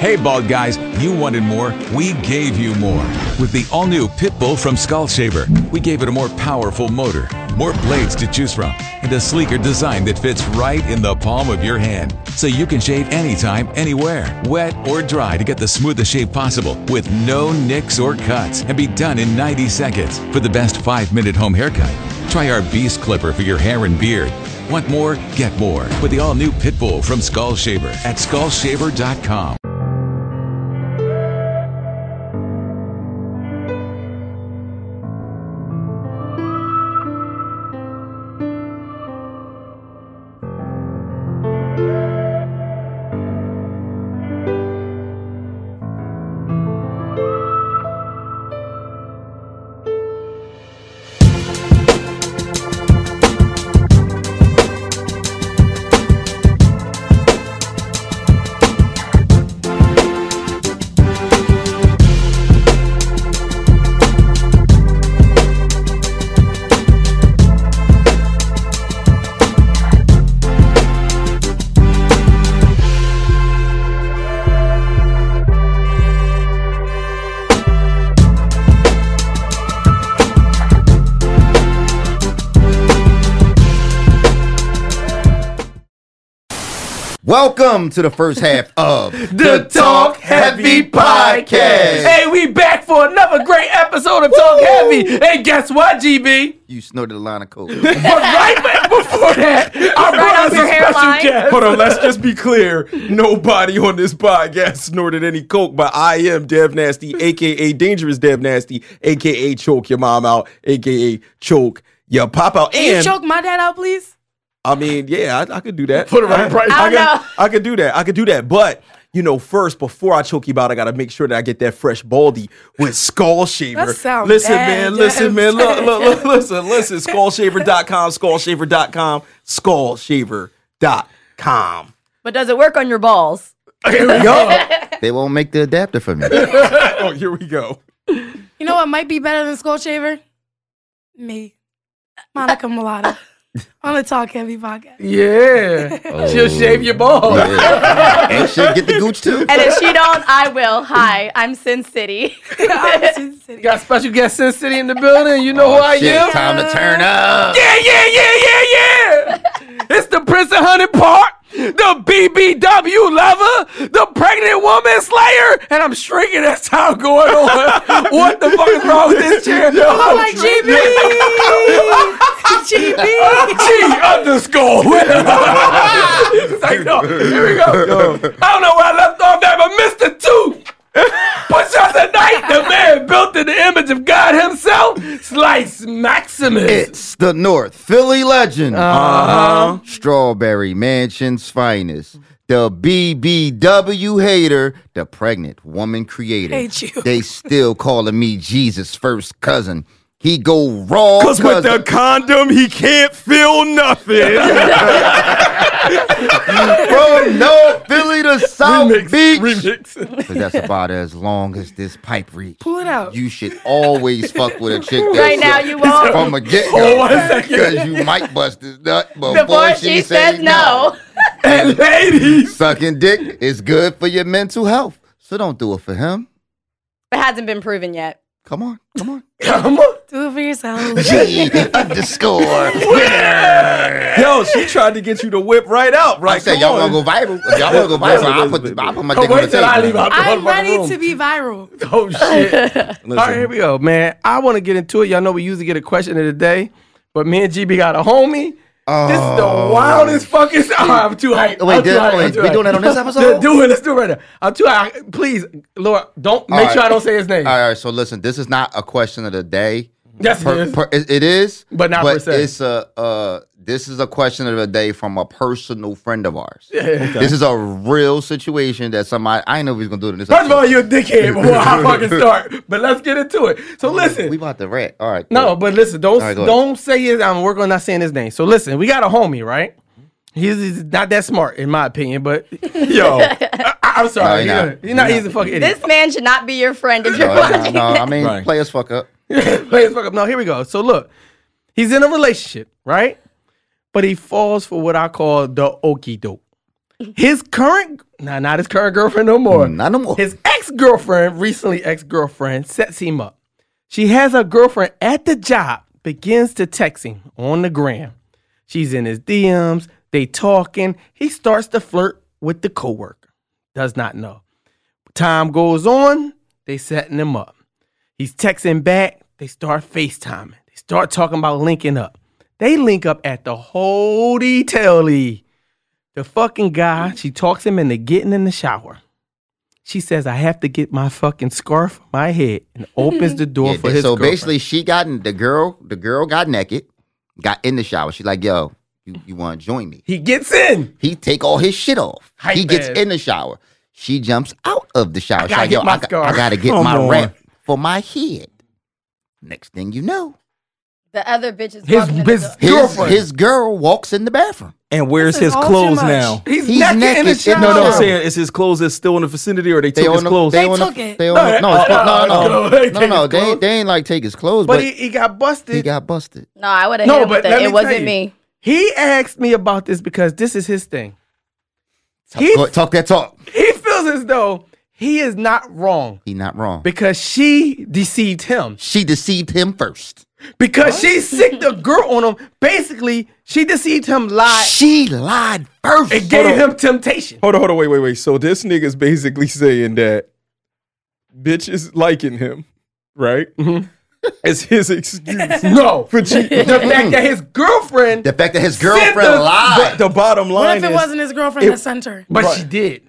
Hey, bald guys, you wanted more. We gave you more. With the all new Pitbull from Skull Shaver, we gave it a more powerful motor, more blades to choose from, and a sleeker design that fits right in the palm of your hand. So you can shave anytime, anywhere, wet or dry, to get the smoothest shave possible with no nicks or cuts and be done in 90 seconds. For the best five minute home haircut, try our Beast Clipper for your hair and beard. Want more? Get more with the all new Pitbull from Skull Shaver at skullshaver.com. Welcome to the first half of The Talk Heavy Podcast. Hey, we back for another great episode of Talk Heavy. And guess what, GB? You snorted a line of coke. But right back before that, I brought us up a your special hairline. guest. Hold on, let's just be clear. Nobody on this podcast snorted any coke, but I am Dev Nasty, aka Dangerous Dev Nasty, aka Choke Your Mom Out, aka Choke Your Pop Out. Can you And choke my dad out, please? I mean, yeah, I, I could do that. For the right price. I I, don't know. could, I could do that. I could do that. But you know, first before I choke you out, I gotta make sure that I get that fresh baldy with Skull Shaver. That sounds listen, bad, man, Jeff. listen, man, look, look, look, listen, listen. Skullshaver.com, skullshaver.com, skullshaver.com. But does it work on your balls? Here we go. they won't make the adapter for me. oh, here we go. You know what might be better than Skull Shaver? Me, Monica Mulata, on the Talk Heavy podcast. Yeah. She'll shave your balls. Ain't shit get the gooch too. And if she don't, I will. Hi, I'm Sin City. I'm Sin City. Got special guest Sin City in the building. You know who I Shit, am? time to turn up. Yeah, yeah, yeah, yeah, yeah. it's the Prince of Hunted Park, the BBW lover, the pregnant woman slayer, and I'm shrinking. That's how I'm going on. what the fuck is wrong with this chair? Yo, I'm like, GB! GB! G underscore. It's like, no, here we go. I don't know where I left off at, but Mr. Two. Push us a night, the man built in the image of God himself, Slice Maximus. It's the North Philly legend. Uh-huh. Strawberry Mansion's finest. The BBW hater, the pregnant woman creator. Hate you. They still calling me Jesus' first cousin. He go raw Because with cousin. the condom, he can't feel nothing. from North Philly to oh, South Beach. Remix. 'Cause that's about as long as this pipe reach. Pull it out. You should always fuck with a chick that's Right now, you won't. from a get Hold go on a second. because you might bust his nut before, Before she says no. And ladies. Sucking dick is good for your mental health, so don't do it for him. It hasn't been proven yet. Come on, come on. Come on. Do it for yourself. G underscore. Yo, she tried to get you to whip right out, right? I said Come y'all on. wanna go viral. If y'all wanna go viral, I'll put, I'll put my dick on the wait till I leave table. out the I'm motherfucking ready room. to be viral. Oh shit! All right, here Listen, we go, man. I want to get into it. Y'all know we usually get a question of the day, but me and GB got a homie. This is the Oh. wildest fucking. Oh, I'm too hyped. Oh, wait, I'm too did- hyped. wait, I'm too we hyped. doing that on this Yeah, episode? do it. Let's do it right now. I'm too hyped. Please, Lord, don't make right. sure I don't say his name. All right, all right, so listen, this is not a question of the day. Yes, per, it is. per- it- it is, But not per se. It's a uh, this is a question of the day from a personal friend of ours. This is a real situation that somebody I didn't know if he was gonna do it in this. First of episode. all, you're a dickhead before I fucking start. But let's get into it. So listen, we about to rant. All right, No, but listen, don't right, go ahead. don't say it. I'm working on not saying his name. So listen, we got a homie, right? He's, he's not that smart, in my opinion, but yo, I, am sorry, No, he not. he- he's not. He's a fucking idiot. This man should not be your friend if you're All right, watching. Uh, no, I mean Right. players fuck up. Play his fuck up. No, here we go. So look, he's in a relationship, right? But he falls for what I call the okey doke. His current, nah, not his current girlfriend no more. Not no more. Um, His ex girlfriend, recently ex girlfriend, sets him up. She has her girlfriend at the job, begins to text him on the gram. She's in his DMs, they talking. He starts to flirt with the coworker. Does not know. Time goes on, they setting him up. He's texting back, they start FaceTiming. They start talking about linking up. They link up at the whole detail. The fucking guy, she talks him into getting in the shower. She says, I have to get my fucking scarf on my head and opens the door Yeah, for th- his so girlfriend. basically she got in the girl the girl got naked got in the shower she like yo you, you want to join me he gets in. he take all his shit off Hype he gets man. in the shower she jumps out of the shower She gotta like, get yo my I, got, scarf." I gotta get Come my on. wrap for my head next thing you know The other bitches. His- walking in his- the door. his, Girlfriend. his girl walks in the bathroom And where's This is his all too clothes much. now? He's, He's naked, in naked the in- shower. No, no, I'm No. saying is his clothes that's still in the vicinity or they took his on the- clothes? They on the- took it. they on the- No, no, it's no, not- no, no, no, no, they no, no, take no. his They, clothes. they ain't like take his clothes, but but, he, he, he got busted. got busted. No, I would have No, hit him but with let it. me It tell wasn't you. me. He asked me about this because this is his thing. He, Go, talk that talk. he feels as though he is not wrong He not wrong. because she deceived him. She deceived him first. Because she sicked a girl on him. Basically, she deceived him, lied, She lied first. and gave him temptation. Hold on, hold on, wait, wait, wait. So this nigga's basically saying that bitch is liking him, right? Mm-hmm. It's his excuse. No. But you- the fact that his girlfriend, The fact that his Send the- girlfriend lied. but the bottom What line if it is, wasn't his girlfriend that sent her? but she did.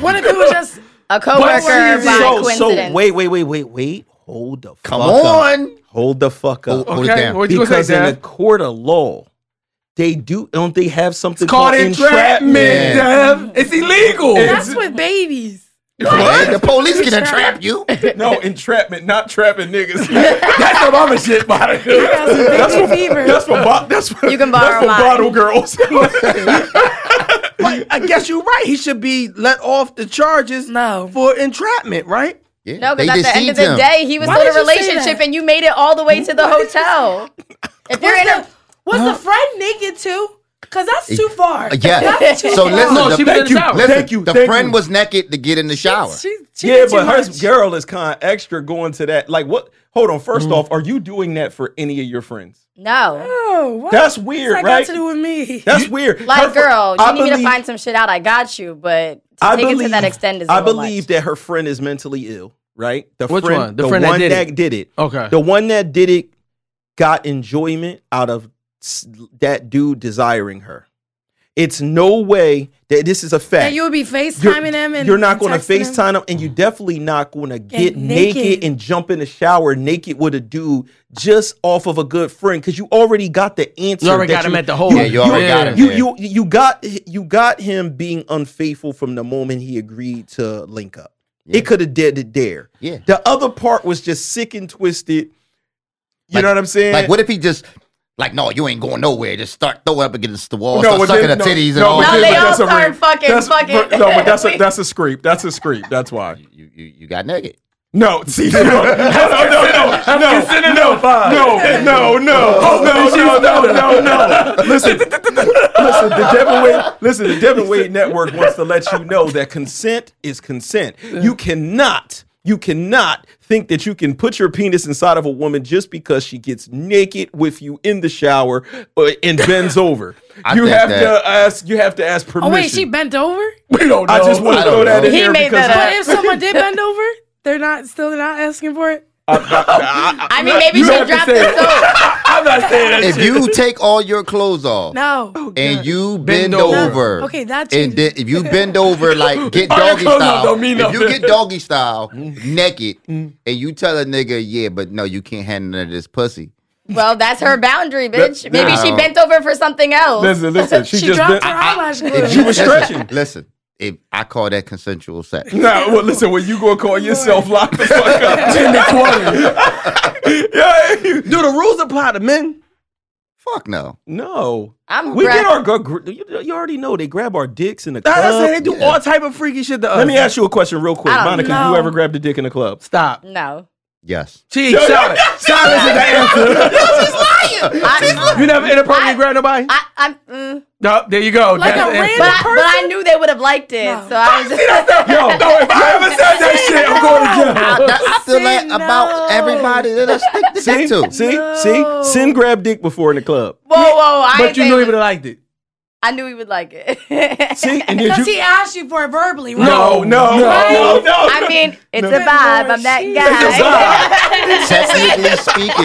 What if it was just A coworker she's- by so, coincidence. so wait, wait, wait, wait, wait. Hold the Come fuck up. on. Oh, Hold the fuck up. Hold it down. what you gonna because say, in the Dad? court of law, they do don't they have something Caught called, entrapment, entrapment? Dev. It's illegal. that's with babies? Hey, the police can trap you. No, entrapment, not trapping niggas. that's some other shit, Monica. That's with baby fever. That's for bo- that's for, You can that's borrow for mine. bottle girls. But I guess you're right. He should be let off the charges No. for entrapment, right? Yeah, No, they because at the end deceived of the him. day, he was Why in a did you say relationship that? and you made it all the way to the hotel. If you're in a Was the friend naked too? Cause that's too far. Uh, Yeah. That's too So far. listen, No, the, she was in thank the you, shower. listen, Thank you, The thank friend you. was naked to get in the shower. She, she yeah, did too but her much. girl is kind of extra going to that. Like, what? Hold on. First off, are you doing that for any of your friends? no, Oh, what? That's weird, What's that right? got to do with me? That's weird. Her like fr- girl, you I need me to believe- find some shit out. I got you, but to I take believe, it to that extent is. a I little believe much. that her friend is mentally ill, right? The Which friend, one? The friend that one did that it? did it. Okay. The one that did it got enjoyment out of s- that dude desiring her. It's no way that this is a fact. And you would be FaceTiming you're, him and you're not going to FaceTime him, and you definitely not going to get naked. naked. and jump in the shower naked with a dude just off of a good friend because you already got the answer. You already that got him at the hole. Yeah, you already got him. You, Yeah. you you got you got him being unfaithful from the moment he agreed to link up. It could have did it there. Yeah. The other part was just sick and twisted. You Like- know what I'm saying? Like, what if he just like, no, you ain't going nowhere. Just start throw up against the wall, No, start but sucking then- her no, titties and no, all but No, then- that. they but all that's a start rape. fucking- That's- fucking- but- no, but that's a that's a screep. That's a screep. That's why. You, you you got naked. No, see, no, no, no, no, no, no, no, no, no, no, no, no, no, no. Listen, listen. The Devin Wade, listen. The Devin Wade Network wants to let you know that consent is consent. You cannot, you cannot think that you can put your penis inside of a woman just because she gets naked with you in the shower uh, and bends over. I You think have that- to ask. You have to ask permission. Oh wait, she bent over. We don't know. I just want I to don't throw that know. in He there made because that But if someone did bend over, they're not still not asking for it. I mean, maybe You she have to dropped say the it. soap. I'm not saying that If shit. you take all your clothes off No, and you bend, Bend over, over. Okay, that and changes. then if you bend over like get All your doggy clothes off style, don't mean if you nothing. get doggy style naked, and you tell a nigga, yeah, but no, you can't handle none of this pussy. Well, that's her boundary, bitch. Maybe she no. bent over for something else. listen, listen. She, she, just dropped bent- her eyelash glue. If She was listen, stretching. Listen, if I call that consensual sex. Nah, well, listen, when you gonna call yourself lock the fuck up, ten to twenty. Do the rules apply to men? Fuck no. No, I'm we grabbing- get our gr- gr- you, you already know they grab our dicks in the That's what I'm club. saying. They do yeah. all type of freaky shit to us. Let me ask you a question real quick, I don't Monica. know. You ever grabbed a dick in the club? Stop. no, Yes. She silent. Silence is the answer. I, You never inappropriately grabbed nobody? I, I'm. Mm, No, there you go. Like a That's it. random- But I, but I knew they would have liked it, No. so I was See, that's just. the- Yo, no, if I ever said that shit, I'm going to jail. I, that, I feel See, that about no. everybody that I stick to See, dick to. see, No. see. Sin grabbed dick before in the club. Whoa, whoa! I But ain't you say knew he it was- would have liked it. I knew he would like it. See, and then you. Because he asked you for it verbally, right? No, no, Right? no, no. I mean, it's No. a vibe. I'm that guy.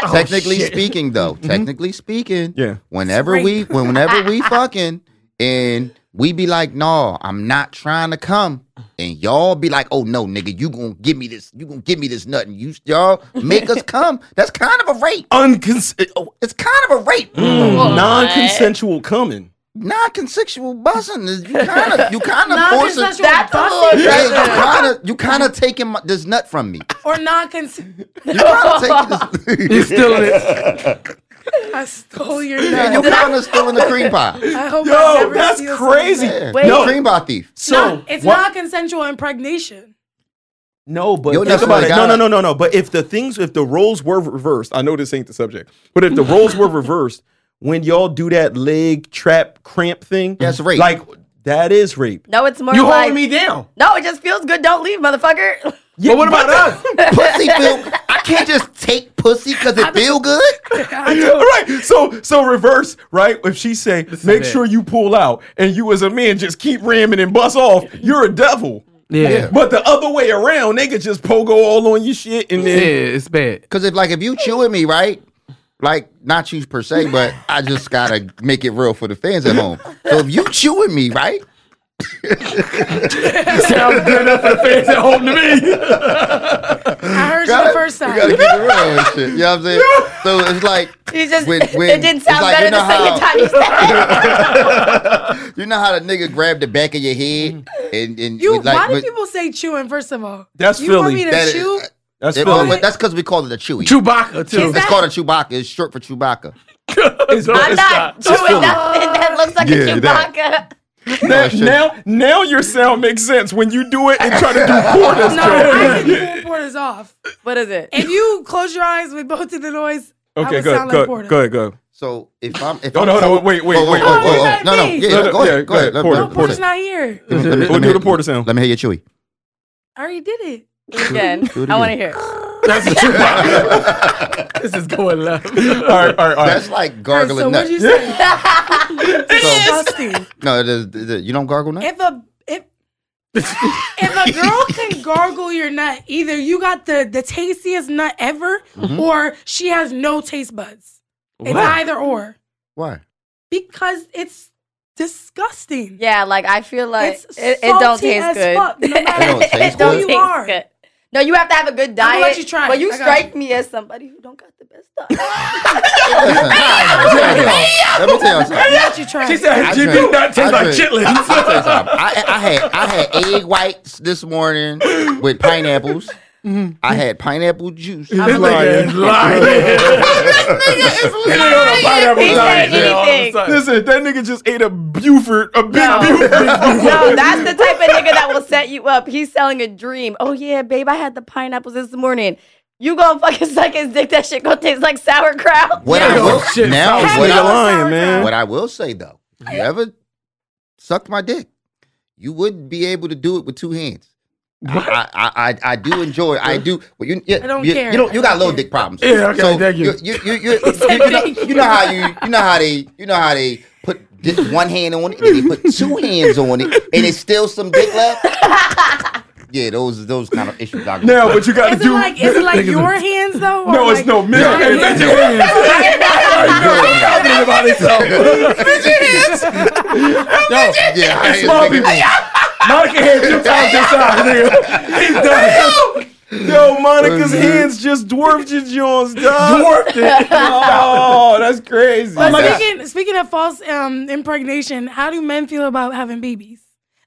Oh, Technically speaking, technically speaking, though, technically speaking, Mm-hmm. Yeah. Whenever we, whenever we fucking, and we be like, "No, I'm not trying to come," and y'all be like, "Oh no, nigga, you gonna give me this? You gonna give me this nothing? You y'all make us come? That's kind of a rape. Uncons- oh, It's kind of a rape. Mm. non-consensual coming. Non-consensual buzzing. is- You kind of, you kind of forcing. Non-consensual That's a little bussing Yeah, you aggressive. kind of, you kind of taking my, this nut from me. or non-consensual. You kind of taking this. He's still in it. I stole your nut. And you kind of still in the cream pie. I hope I Yo, never that's see this crazy. Yeah. Wait. No, Cream pie thief. so Not- it's what- non-consensual impregnation. No, but Yo, think that's about what it. I No, got. no, no, no, no. But if the things, if the roles were reversed, I know this ain't the subject, but if the roles were reversed, when y'all do that leg trap cramp thing, That's rape. Like that is rape. No, it's more You like holding me down. no. It just feels good. Don't leave, motherfucker. Yeah, But what about us? pussy feel. I can't just take pussy because it feel good. All right. So, so reverse, right? If she say, man. make sure you pull out, and you as a man just keep ramming and bust off, you're a devil. Yeah. But the other way around, they could just pogo all on your shit, and Yeah, then it's bad. Because if like if you chewing me right, like not you per se, but I just gotta make it real for the fans at home. So if you chewing me right, Sounds good enough for the fans at home to me. I heard you gotta- the first time. you gotta get it real and shit. You know what I'm saying? So it's like You just When- when- it didn't it's sound like, better you know the second how- time you said it. you know how the nigga grab the back of your head and and You, with, like. why do with- people say chewing? First of all, That's you want Philly. me to That is- chew? that's it- Philly. but that's because we call it a chewy. Chewbacca too. It's called a Chewbacca. It's short for Chewbacca. It's- I'm it's- not doing nothing that looks like Yeah, a that. Chewbacca. No, Now, it's just- now, now your sound makes sense when you do it and try to do quarters. No, I can pull porters off. What is it? If you close your eyes with both of the noise, I Okay, would go ahead, sound go, like ahead, porter. go ahead, go ahead. So if I'm if No, I'm no, no, cold- wait, wait, Oh, oh, wait, oh, wait, oh, wait. no, no, yeah, No, no, go yeah, ahead, go ahead. go Let- let- ahead. No, Porter, let me- Oh, porter's not here. let me- let me- let We'll me do the hear- porter sound. Let me hear your chewy. I already did it. Again, Do it I want to again. hear. That's a Chewbacca. this is going left. All right, all right, all That's like right. All right, gargling so nuts. what'd you say? So- Disgusting. no, the, the, the- you don't gargle nuts. If a if if a girl can gargle your nut, either you got the the tastiest nut ever, Mm-hmm. or she has no taste buds. It's either or Why? because it's disgusting. Yeah, like I feel like It's it, it don't salty taste as good. fuck, no matter It don't taste It don't good? You taste are. good. No, you have to have a good diet. I'ma let you try it. But you I got strike me as somebody who don't got the best diet. Listen, Let me tell you something. Why don't you try? She it? said I she drink- did not taste I like drink- chitlins. I'll tell you something. I, I had I had egg whites this morning with pineapples. I had pineapple juice. This nigga is lying. this nigga He is lying. This said anything. Listen, that nigga just ate a Buford, a big No. Buford. no, that's the type of nigga that will set you up. He's selling a dream. Oh yeah, babe, I had the pineapples this morning. You gonna fucking suck his dick? That shit gonna taste like sauerkraut. What Yeah, I will oh, shit, now sorry. what Nigga I, lying, man. what I will say though, if you ever sucked my dick, you wouldn't be able to do it with two hands. I, I, I I do enjoy. I do. Well, you, you, I don't you, care. You, don't, you got I don't little care. dick problems. Yeah, okay, thank you. You, you, you, you, you know, you know how you you know how they you know how they put di- one hand on it and then they put two hands on it and it's still some dick left. Yeah, those those kind of issues. I go Now, through. but you got to Is it do. like is it like your hands though? or no, it's like- no man. Hey, bitch, your hands. about yeah, I ain't Small thinking- people. Monica had two times this size, nigga. He's done. Yo, Monica's hands just dwarfed your Jones, dog. Dwarfed it. Oh, that's crazy. But my God. speaking speaking of false um, impregnation, how do men feel about having babies?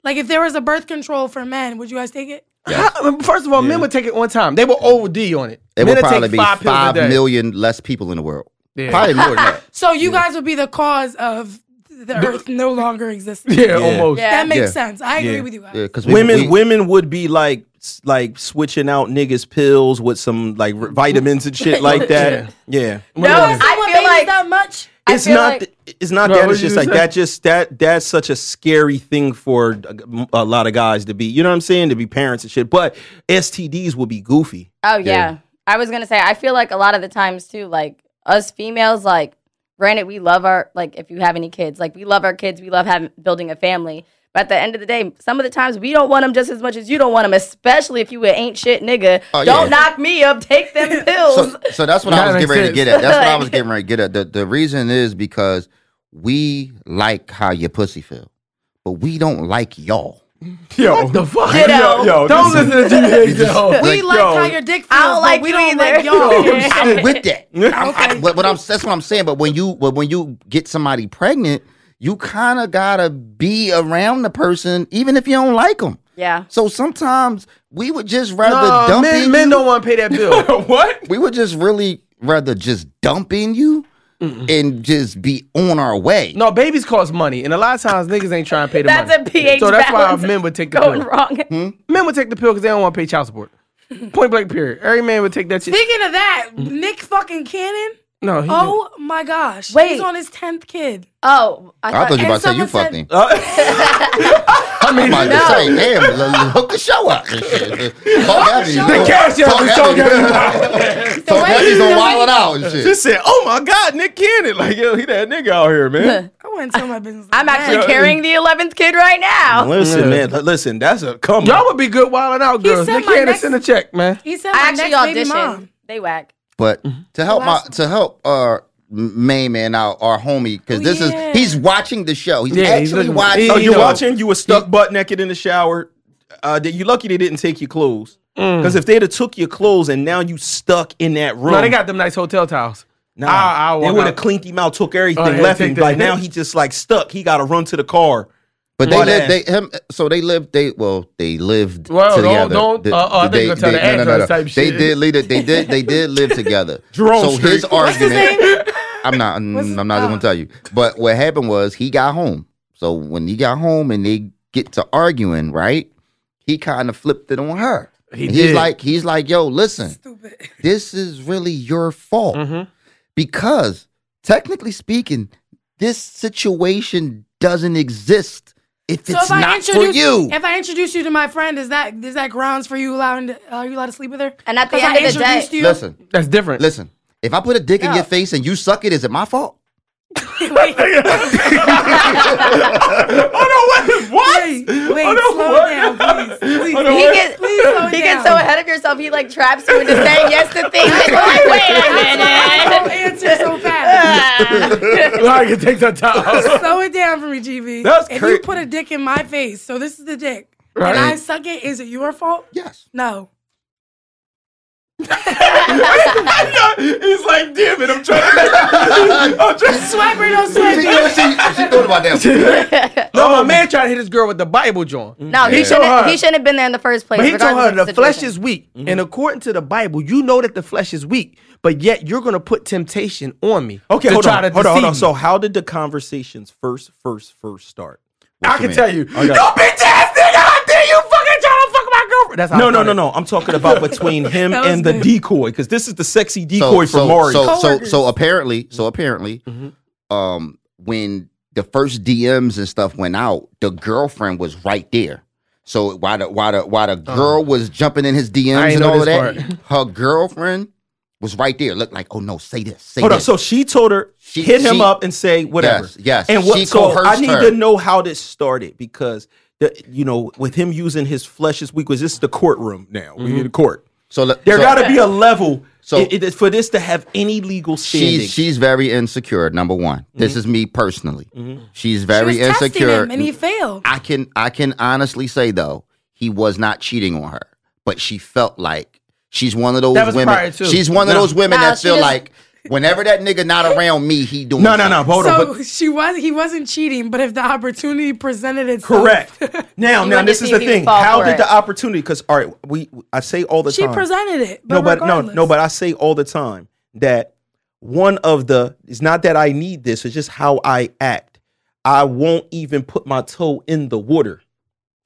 Like if there was a birth control for men, would you guys take it? How- um, First of all, men would take it one time. They were OD on it. It men would probably take be five five pills a day. million less people in the world. Yeah. Probably more than that. So you guys would be the cause of the earth no longer existing. Yeah, almost. Yeah. That makes Yeah. sense. I agree Yeah. with you guys. Yeah, because women we, women would be like s- like switching out niggas pills with some like r- vitamins and shit like that. Yeah. No, I I want feel babies like that much. I it's feel not like- th- it's not No, that what it's you just like said. that just that that's such a scary thing for a, a lot of guys to be you know what i'm saying to be parents and shit but stds will be goofy Oh yeah. I was gonna say I feel like a lot of the times too, like us females, like granted we love our like if you have any kids, like we love our kids, we love having building a family. But at the end of the day, some of the times we don't want them just as much as you don't want them, especially if you an ain't shit nigga. Oh, don't yeah. knock me up, take them pills. So, so that's what I That was makes getting ready to sense. get at. That's what I was getting ready to get at. The, the reason is because we like how your pussy feel, but we don't like y'all. yo What the fuck? Ditto. yo, yo Don't this is- listen to GBH, yo. We like yo. how your dick feels. I don't but like we you don't either. like y'all. Oh, shit. I'm with that. I'm- I- Okay. but, but I'm, that's what I'm saying. But when you but when you get somebody pregnant, you kind of gotta be around the person, even if you don't like them. yeah. So sometimes we would just rather Nah, dump in Uh, men, men you. don't want to pay that bill. what We would just really rather just dump in you and just be on our way. No, babies cost money, and a lot of times niggas ain't trying to pay the That's money. a pH So that's why balance men would take the Going pill. wrong. Hmm? Men would take the pill because they don't want to pay child support. Point blank, period. Every man would take that shit. Speaking of that, Nick fucking Cannon. No, he Mm-hmm. Oh my gosh. Wait. He's on his 10th kid. Oh, I, I thought, thought you were about to say and you someone fucked said- him. I mean, I'm about to say, damn, l- l- hook the show up. Fuck Abby. the cash app is so good Fuck Abby's the on way- Wild and Out and shit. just said oh my god nick cannon like yo he that nigga out here man I wouldn't tell my business. like I'm actually that. carrying the eleventh kid right now. listen man listen that's a come y'all would be good wilding out, He girls. said They my can't next- send a check, man. He said I my actually next baby auditioned. mom. They whack. But to help my Mm-hmm. last to help uh main man out, our homie, because Oh, this yeah. is he's watching the show. He's Yeah, he's actually looking- watching. Oh, So He you know. Oh, watching? You were stuck butt naked in the shower. Uh, that you lucky they didn't take your clothes. Because if they'd have took your clothes and now you stuck in that room, Mm. No, they got them nice hotel towels. Nah, I- I they walk would have out. cleaned him out, took everything, Oh, they left take him. the- Like now he just like stuck. He got to run to the car. But they Butt lived, ass. they him so they lived they well they lived Well, don't- together. don't- The- uh, uh, I think you're gonna tell the address type They shit. did lead it. They did they did live together. Jerome so his Street. What's his argument. name? I'm not. his- mm, I'm not oh. even gonna tell you. But what happened was he got home. So when he got home and they get to arguing, right? He kind of flipped it on her. He And did. He's like, he's like, yo, listen, Stupid. this is really your fault Mhm. because technically speaking, this situation doesn't exist if So it's if I not for introduce you. if I introduce you to my friend, is that is that grounds for you allowing? Are you allowed to sleep with her? And at the 'Cause end I of the day- introduced you. Listen, That's different. listen. If I put a dick in your face and you suck it, is it my fault? Oh no! Wait, what? Wait, wait, I know slow what- down, please. please. I know He what- gets, Please slow he down. gets so ahead of yourself, he like traps you into saying yes to things. And you're like, I wait a don't minute. answer so fast. I can take that towel. Slow it down for me, GB. That's if crazy. you put a dick in my face, so this is the dick, Right. and I suck it, is it your fault? Yes. No. He's like, damn it! I'm trying. To, I'm just. Swipe or no she, swipe? she thought about that. no, Um, my man tried to hit his girl with the Bible, John. No, he Yeah. shouldn't. Told her. He shouldn't have been there in the first place. But he told regardless her of the flesh situation. is weak. Mm-hmm. And according to the Bible, you know that the flesh is weak, but yet you're going to put temptation on me. Okay, to hold try on, to hold on, hold deceive on. me. So how did the conversations first, first, first start? I can mean? tell you. Okay. No bitch ass nigga, how dare you fucking try to fuck my girlfriend? That's how No, I no, no, started. no. I'm talking about between him That was and the good. decoy because this is the sexy decoy for so, Mm-hmm. Mario. So, so, Coworkers. so apparently, so apparently, Mm-hmm. um, when the first DMs and stuff went out, the girlfriend was right there. So while the while the while the Oh. girl was jumping in his DMs ain't and know all of this that, her girlfriend was right there. Looked like, oh no, say this, say Hold on. this. So she told her She- hit him she- up and say whatever. Yes, yes. And what? She so I coerced need her. to know how this started because the, you know with him using his flesh this week was this is the courtroom now. We need a court. So le- There Mm-hmm. so got to be a level So- it- it- for this to have any legal standing. Mm-hmm. She's she's very insecure. Number one, this is me personally. She's She very was testing insecure. him and he failed. I can I can honestly say though he was not cheating on her, but she felt like she's one of those That was women. prior to. She's one of those women No, that she feel just- like whenever that nigga not around me, he doing no, no, no. Hold on. so But, she was he wasn't cheating, but if the opportunity presented itself, correct. Now, You now wanted this to is see the if he would thing. fall How for did it. the opportunity? Because all right, we I say all the She time. presented it. But no, but no, regardless. no, but I say all the time that one of the it's not that I need this, it's just how I act. I won't even put my toe in the water.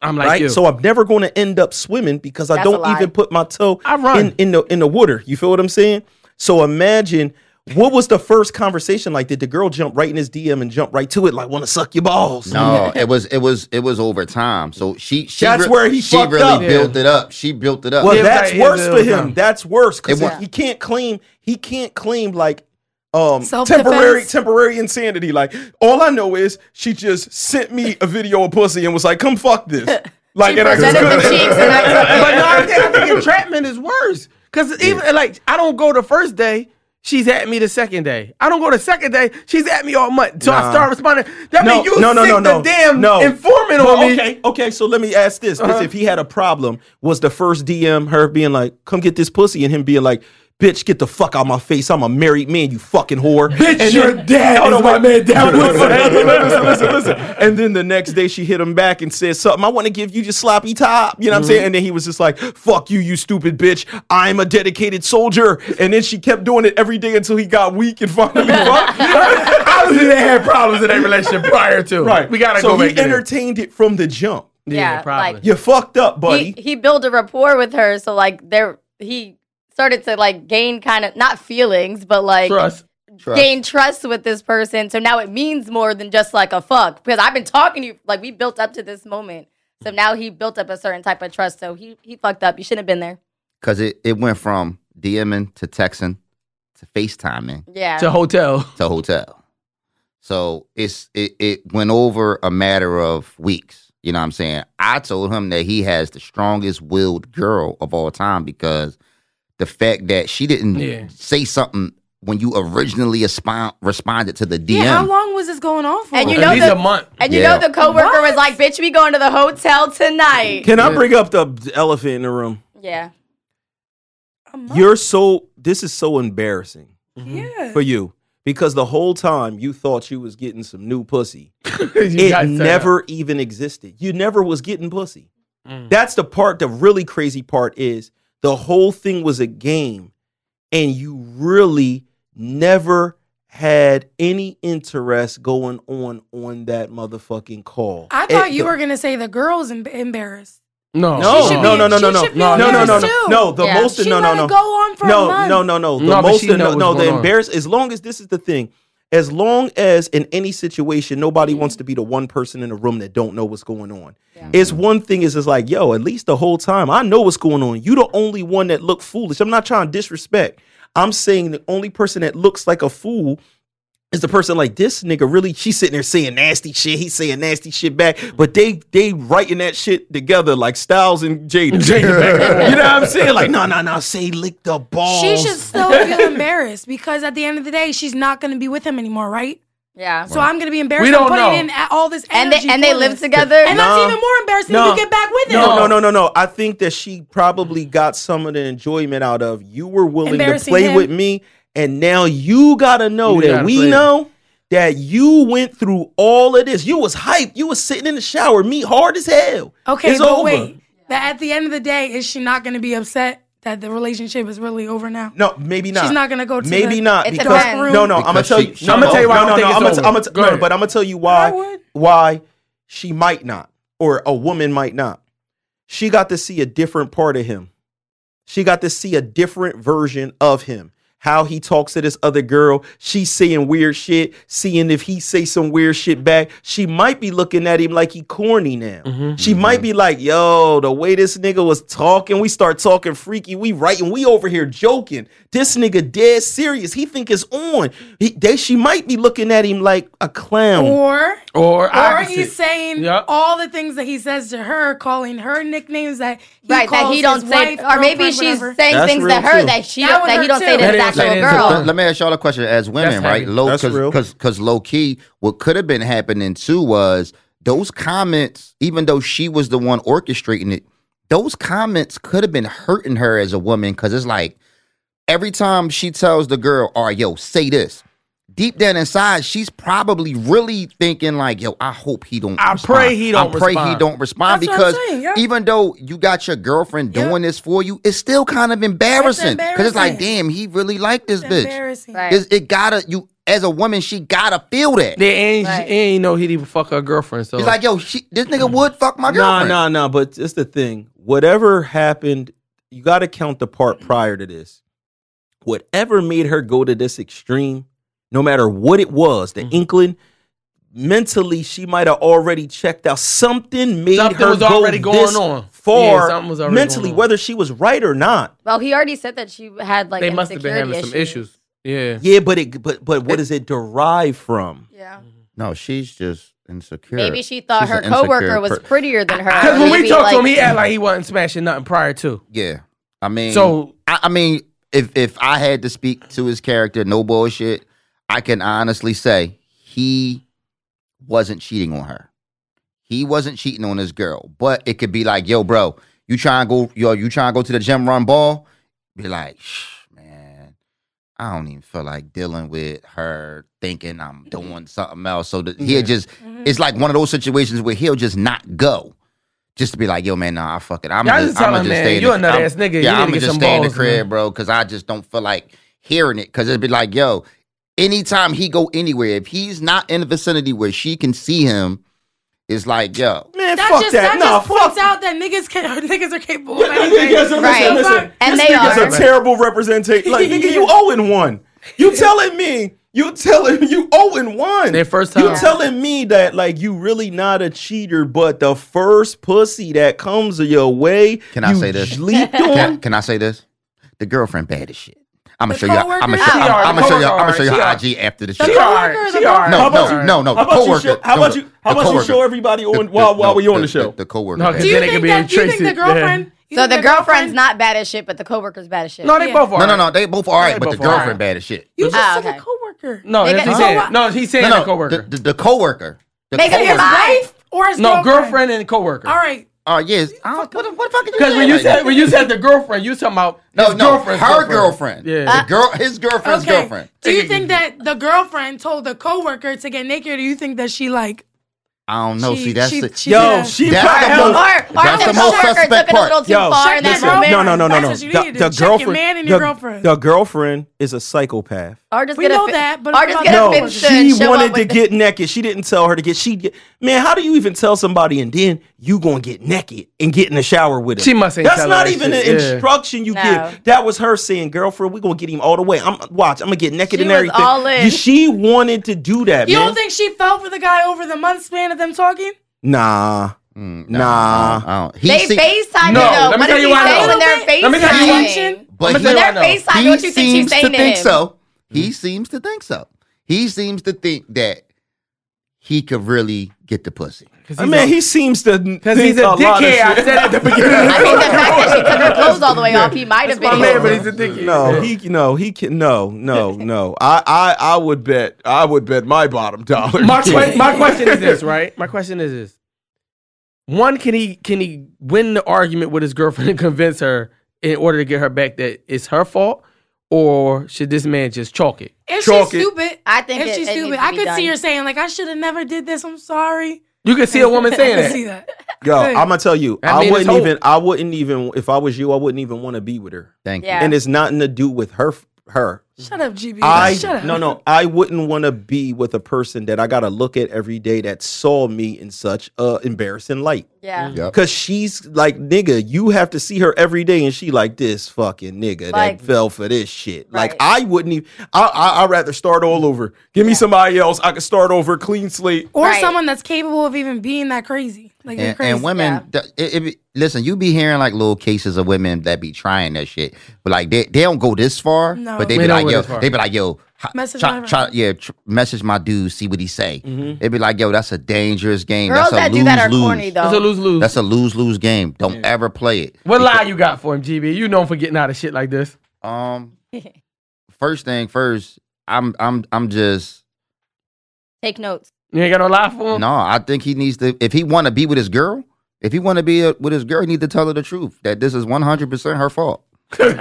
I'm like Right? you. So I'm never gonna end up swimming because I That's a don't lie. even put my toe I run. in, in the in the water. You feel what I'm saying? So imagine What was the first conversation like? Did the girl jump right in his DM and jump right to it, like want to suck your balls? No, it was it was it was over time. So she, she That's where he she fucked really up. built it up. She built it up. Well, Yeah, that's right, worse yeah, for it was um, him. done. That's worse because It wa- he can't claim he can't claim like um Self-defense? temporary temporary insanity. Like all I know is she just sent me a video of pussy and was like, "Come fuck this." Like She presented the cheeks and I but no, I think, I think entrapment is worse. Cause even like I don't go the first day, she's at me the second day. I don't go the second day, she's at me all month. So I start responding. That no, means you no, no, sick no, the no, damn no. informant on But Uh-huh. me. Oh, Okay, okay. So let me ask this: This- If he had a problem, was the first DM her being like, "Come get this pussy," and him being like, "Bitch, get the fuck out of my face! I'm a married man, you fucking whore." Bitch, and your dad Hold is on, my wait. man, Dad No, no, no, no, no, Woodson. no, listen, listen, listen. And then the next day, she hit him back and said something. I want to give you your sloppy top. You know what I'm saying? Mm-hmm. And then he was just like, "Fuck you, you stupid bitch! I'm a dedicated soldier." And then she kept doing it every day until he got weak and finally fucked. Obviously, they had problems in their relationship prior to. Right. We gotta so go back he to that. entertained it from the jump. yeah, probably. like You fucked up, buddy. he, he built a rapport with her, so like there he started to like gain kind of not feelings, but like Trust. Trust. gain trust with this person. So now it means more than just like a fuck because I've been talking to you like we built up to this moment. So now he built up a certain type of trust. So he he fucked up. You shouldn't have been there. Cause it, it went from DMing to texting to FaceTiming Yeah. To hotel. to hotel. So it's it, it went over a matter of weeks. You know what I'm saying? I told him that he has the strongest willed girl of all time because the fact that she didn't Yeah. say something when you originally respond, responded to the DM. Yeah, how long was this going on for? And you At know least the- a month. and you Yeah. know the coworker was What? like, "Bitch, we going to the hotel tonight." Can I bring up the elephant in the room? Yeah. A Mm-hmm. month? You're so this is so embarrassing yeah. for you because the whole time you thought you was getting some new pussy. You it got set up. never even existed. You never was getting pussy. Mm. That's the part. The really crazy part is the whole thing was a game, and you really never had any interest going on on that motherfucking call. I thought It- you the- were gonna say the girl's em- embarrassed. No. No, She should no, be- no, no, she no, no, should be no, no, no, no, embarrassed too. no. The Yeah. most, She no, no, let no, it go on for a no, month. no, no, no. The No, but most, she know no, what's no. The going on. embarrass. As long as this is the thing, as long as in any situation, nobody wants to be the one person in the room that don't know what's going on. It's one thing is it's like, yo, at least the whole time I know what's going on. You the only one that look foolish. I'm not trying to disrespect. I'm saying the only person that looks like a fool is the person like this nigga really she's sitting there saying nasty shit he's saying nasty shit back but they they writing that shit together like styles and jada, jada back. you know what i'm saying like no no no say lick the balls She should still feel embarrassed because at the end of the day, she's not gonna be with him anymore, right? Yeah. So I'm gonna be embarrassed. We don't I'm putting know. in a- all this and they energy and they for live this. together. And No. that's even more embarrassing No. if you get back with him. no, no, no, no, no. I think that she probably got some of the enjoyment out of you were willing to Embarrassing play him. with me, and now you gotta know You that gotta we play. know that you went through all of this. You was hyped. You was sitting in the shower, me hard as hell. Okay, it's but over. wait. That at the end of the day, is she not gonna be upset that the relationship is really over now? No, maybe not. She's not gonna go to Maybe the- not It because depends. no, no. I'm gonna Because tell she- you. she I'ma tell you why I No, don't no, think it's no. I'm gonna. over. I'm gonna. Go No, no, ahead. but I'm gonna tell you I why. would. Why she might not, or a woman might not. She got to see a different part of him. She got to see a different version of him. How he talks to this other girl. She's saying weird shit. Seeing if he say some weird shit back. She might be looking at him like he corny now. She might be like, yo, the way this nigga was talking, we start talking freaky. We writing, we over here joking. This nigga dead serious. He think it's on. He, they, she might be looking at him like a clown. Or Or, Or opposite. he's saying Yep. all the things that he says to her, calling her nicknames that he right, that calls he don't his say, wife, or maybe girlfriend, she's whatever. saying That's things real, to her too. that she That was that he her, don't say too. to That his is- actual that is a girl. thing. Let me ask y'all a question. As women, That's right? heavy. Low, That's real. because because low key, what could have been happening too was those comments. Even though she was the one orchestrating it, those comments could have been hurting her as a woman. Because it's like every time she tells the girl, "All right, yo, say this." Deep down inside, she's probably really thinking like, "Yo, I hope he don't. I respond. pray he don't I pray he respond." don't respond That's what I'm because saying, yeah. even though you got your girlfriend Yeah. doing this for you, it's still kind of embarrassing. Because it's like, embarrassing. damn, he really liked this bitch. Embarrassing. Right. It's- it gotta you as a woman, she gotta feel that. They ain't, Right. she ain't know he'd even fuck her girlfriend. So He's like, yo, she, this nigga would fuck my No, girlfriend. no, no. But it's the thing. Whatever happened, you got to count the part prior to this. whatever made her go to this extreme, no matter what it was, the Mm-hmm. inkling, mentally she might have already checked out. Something made Something her was go already going this on. far Yeah, something was already mentally, going on. whether she was right or not. Well, he already said that she had like they must have been having insecurity some issues. Yeah. Yeah, but it but but what does it derive from? Yeah. No, she's just insecure. Maybe she thought She's her an insecure coworker was per- prettier than her. Because when we Maybe, talked like- to him, he act like he wasn't smashing nothing prior to. Yeah, I mean, So- I, I mean, if if I had to speak to his character, no bullshit, I can honestly say he wasn't cheating on her. He wasn't cheating on this girl, but it could be like, yo, bro, you try and go, yo, you try and go to the gym, run ball, be like, Shh, man, I don't even feel like dealing with her thinking I'm Mm-hmm. doing something else. So that he'll just, it's like one of those situations where he'll just not go. Just to be like, yo, man, nah, I fuck it. I'm Y'all gonna just, just I'm gonna tell him, just man, stay in you the, a nut I'm- ass nigga. You Yeah, need I'm gonna to get just some stay in the balls, crib, man. bro, because I just don't feel like hearing it. Because it'd be like, yo, anytime he go anywhere, if he's not in the vicinity where she can see him, it's like, yo, Man, That fuck just that. that, nah, just points fuck out that niggas can niggas are capable of anything. Niggas are- Right. listen, listen. And this they nigga's are. a terrible representation. Like, nigga, you owing one. You telling me, you telling you owing one. Their first You time. telling me that like you really not a cheater, but the first pussy that comes your way. Can I you say this? Sleep can, on. can I say this? The girlfriend bad as shit. I'm gonna The show you. I'm gonna coworker? show. She I'm, alright, gonna show you. I'm gonna coworker, show you she her alright. IG after the The show. She alright, coworker, she the alright. No, How about no, you- no, no. how The about you? coworker. Show, how the- about you? the How about you coworker. show everybody on The- while the- while no, we on the, the show? The, the coworker. No, bad. Do you Then it could think be that? Do you Tracy- think the girlfriend? you So think the girlfriend's not bad as shit, but the coworker's bad as shit. No, they Yeah. both are. No, no, no. They both all right, They but the both all right. girlfriend bad as shit. You just Ah, said okay. a coworker. No, that's what Nigga, he said. so- No, he's saying No, the no. coworker. The, the, the coworker. The Make it His your coworker. wife or his no, girlfriend? girlfriend and coworker. All right. Oh yes. I don't, what, the- what the fuck? Because when you said when you said the girlfriend, you talking about no, his no, girlfriend's her girlfriend. Yeah. The girl, his girlfriend's Okay. girlfriend. Do you think that the girlfriend told the coworker to get naked? Or do you think that she like? I don't know. She- see, that's she- the, she- Yo, That's she the probably most- Or, or That's the the most coworker took suspect it a little part. too far in that listen, romance. no, no, no, no, no. That's what you The, need to the do. Check your girlfriend, man and the, your girlfriend. the girlfriend is a psychopath. Or just We get know a fi- that, but or just it's about get a the No, fix bullshit. she and show wanted up to with the- get naked. She didn't tell her to get. She man, how do you even tell somebody and then you gonna get naked and get in the shower with her? She must ain't That's tell her not that even shit, an yeah. instruction you No. give. That was her saying, "Girlfriend, we gonna get him all the way. I'm watch. I'm gonna get naked She and was everything." all in. You- She wanted to do that. You man. don't think she fell for the guy over the month span of them talking? Nah, nah. I don't- uh, he They see- FaceTime No, though. let me tell What did you he why say no. when they're Let me tell you why FaceTiming? But I'ma he- tell When you why they're no. FaceTiming, he what you think she's seems saying to to think him? so. He seems to think so. He seems to think that he could really get the pussy. I mean, he seems to because he's a dickhead. I said at the beginning. I think the fact that she took her clothes all the way off, he might have been. my man, but here. he's a dickhead. No, he no, he can no, no, no. I, I I would bet I would bet my bottom dollar. my, que- my question is this, right? My question is this: One, can he can he win the argument with his girlfriend and convince her in order to get her back that it's her fault, or should this man just chalk it? If Chalk it. she's stupid, I think if it- she's it needs stupid, to I be could see done. her saying like, "I should have never did this. I'm sorry." You can see a woman I could saying see that. that. Yo, Good. I'm gonna tell you, I I, mean, it's wouldn't hope. even. I wouldn't even. If I was you, I wouldn't even want to be with her. Thank Yeah. And it's nothing to do with her. Her. Shut up, GB. I Shut up. no no. I wouldn't want to be with a person that I gotta look at every day that saw me in such a embarrassing light. Yeah. you. Yep. Cause she's like nigga, you have to see her every day, and she like this fucking nigga Like- that fell for this shit. Like Right. I wouldn't even. I, I I'd rather start all over. Give me somebody else. I could start over, clean slate. or Right. someone that's capable of even being that crazy. Like they're And, crazy. and women, th- it, it be- listen, you be hearing like little cases of women that be trying that shit, but like they, they don't go this far, No. but they They be don't like, go yo, this far. they be like, yo, ho- Message try, my try, yeah, tr- message my dude, see what he say. They be like, yo, that's a dangerous game. that's Girls a that lose, do that are lose. corny though. It's a lose lose. That's a lose lose game. Don't ever play it. What lie you got for him, GB? You known for getting out of shit like this. Um, first thing first, I'm I'm I'm just Take notes. You ain't got no lie Oh. for him. no. I think he needs to if he want to be with his girl. If he want to be uh with his girl, he need to tell her the truth that this is one hundred percent her fault. Oh my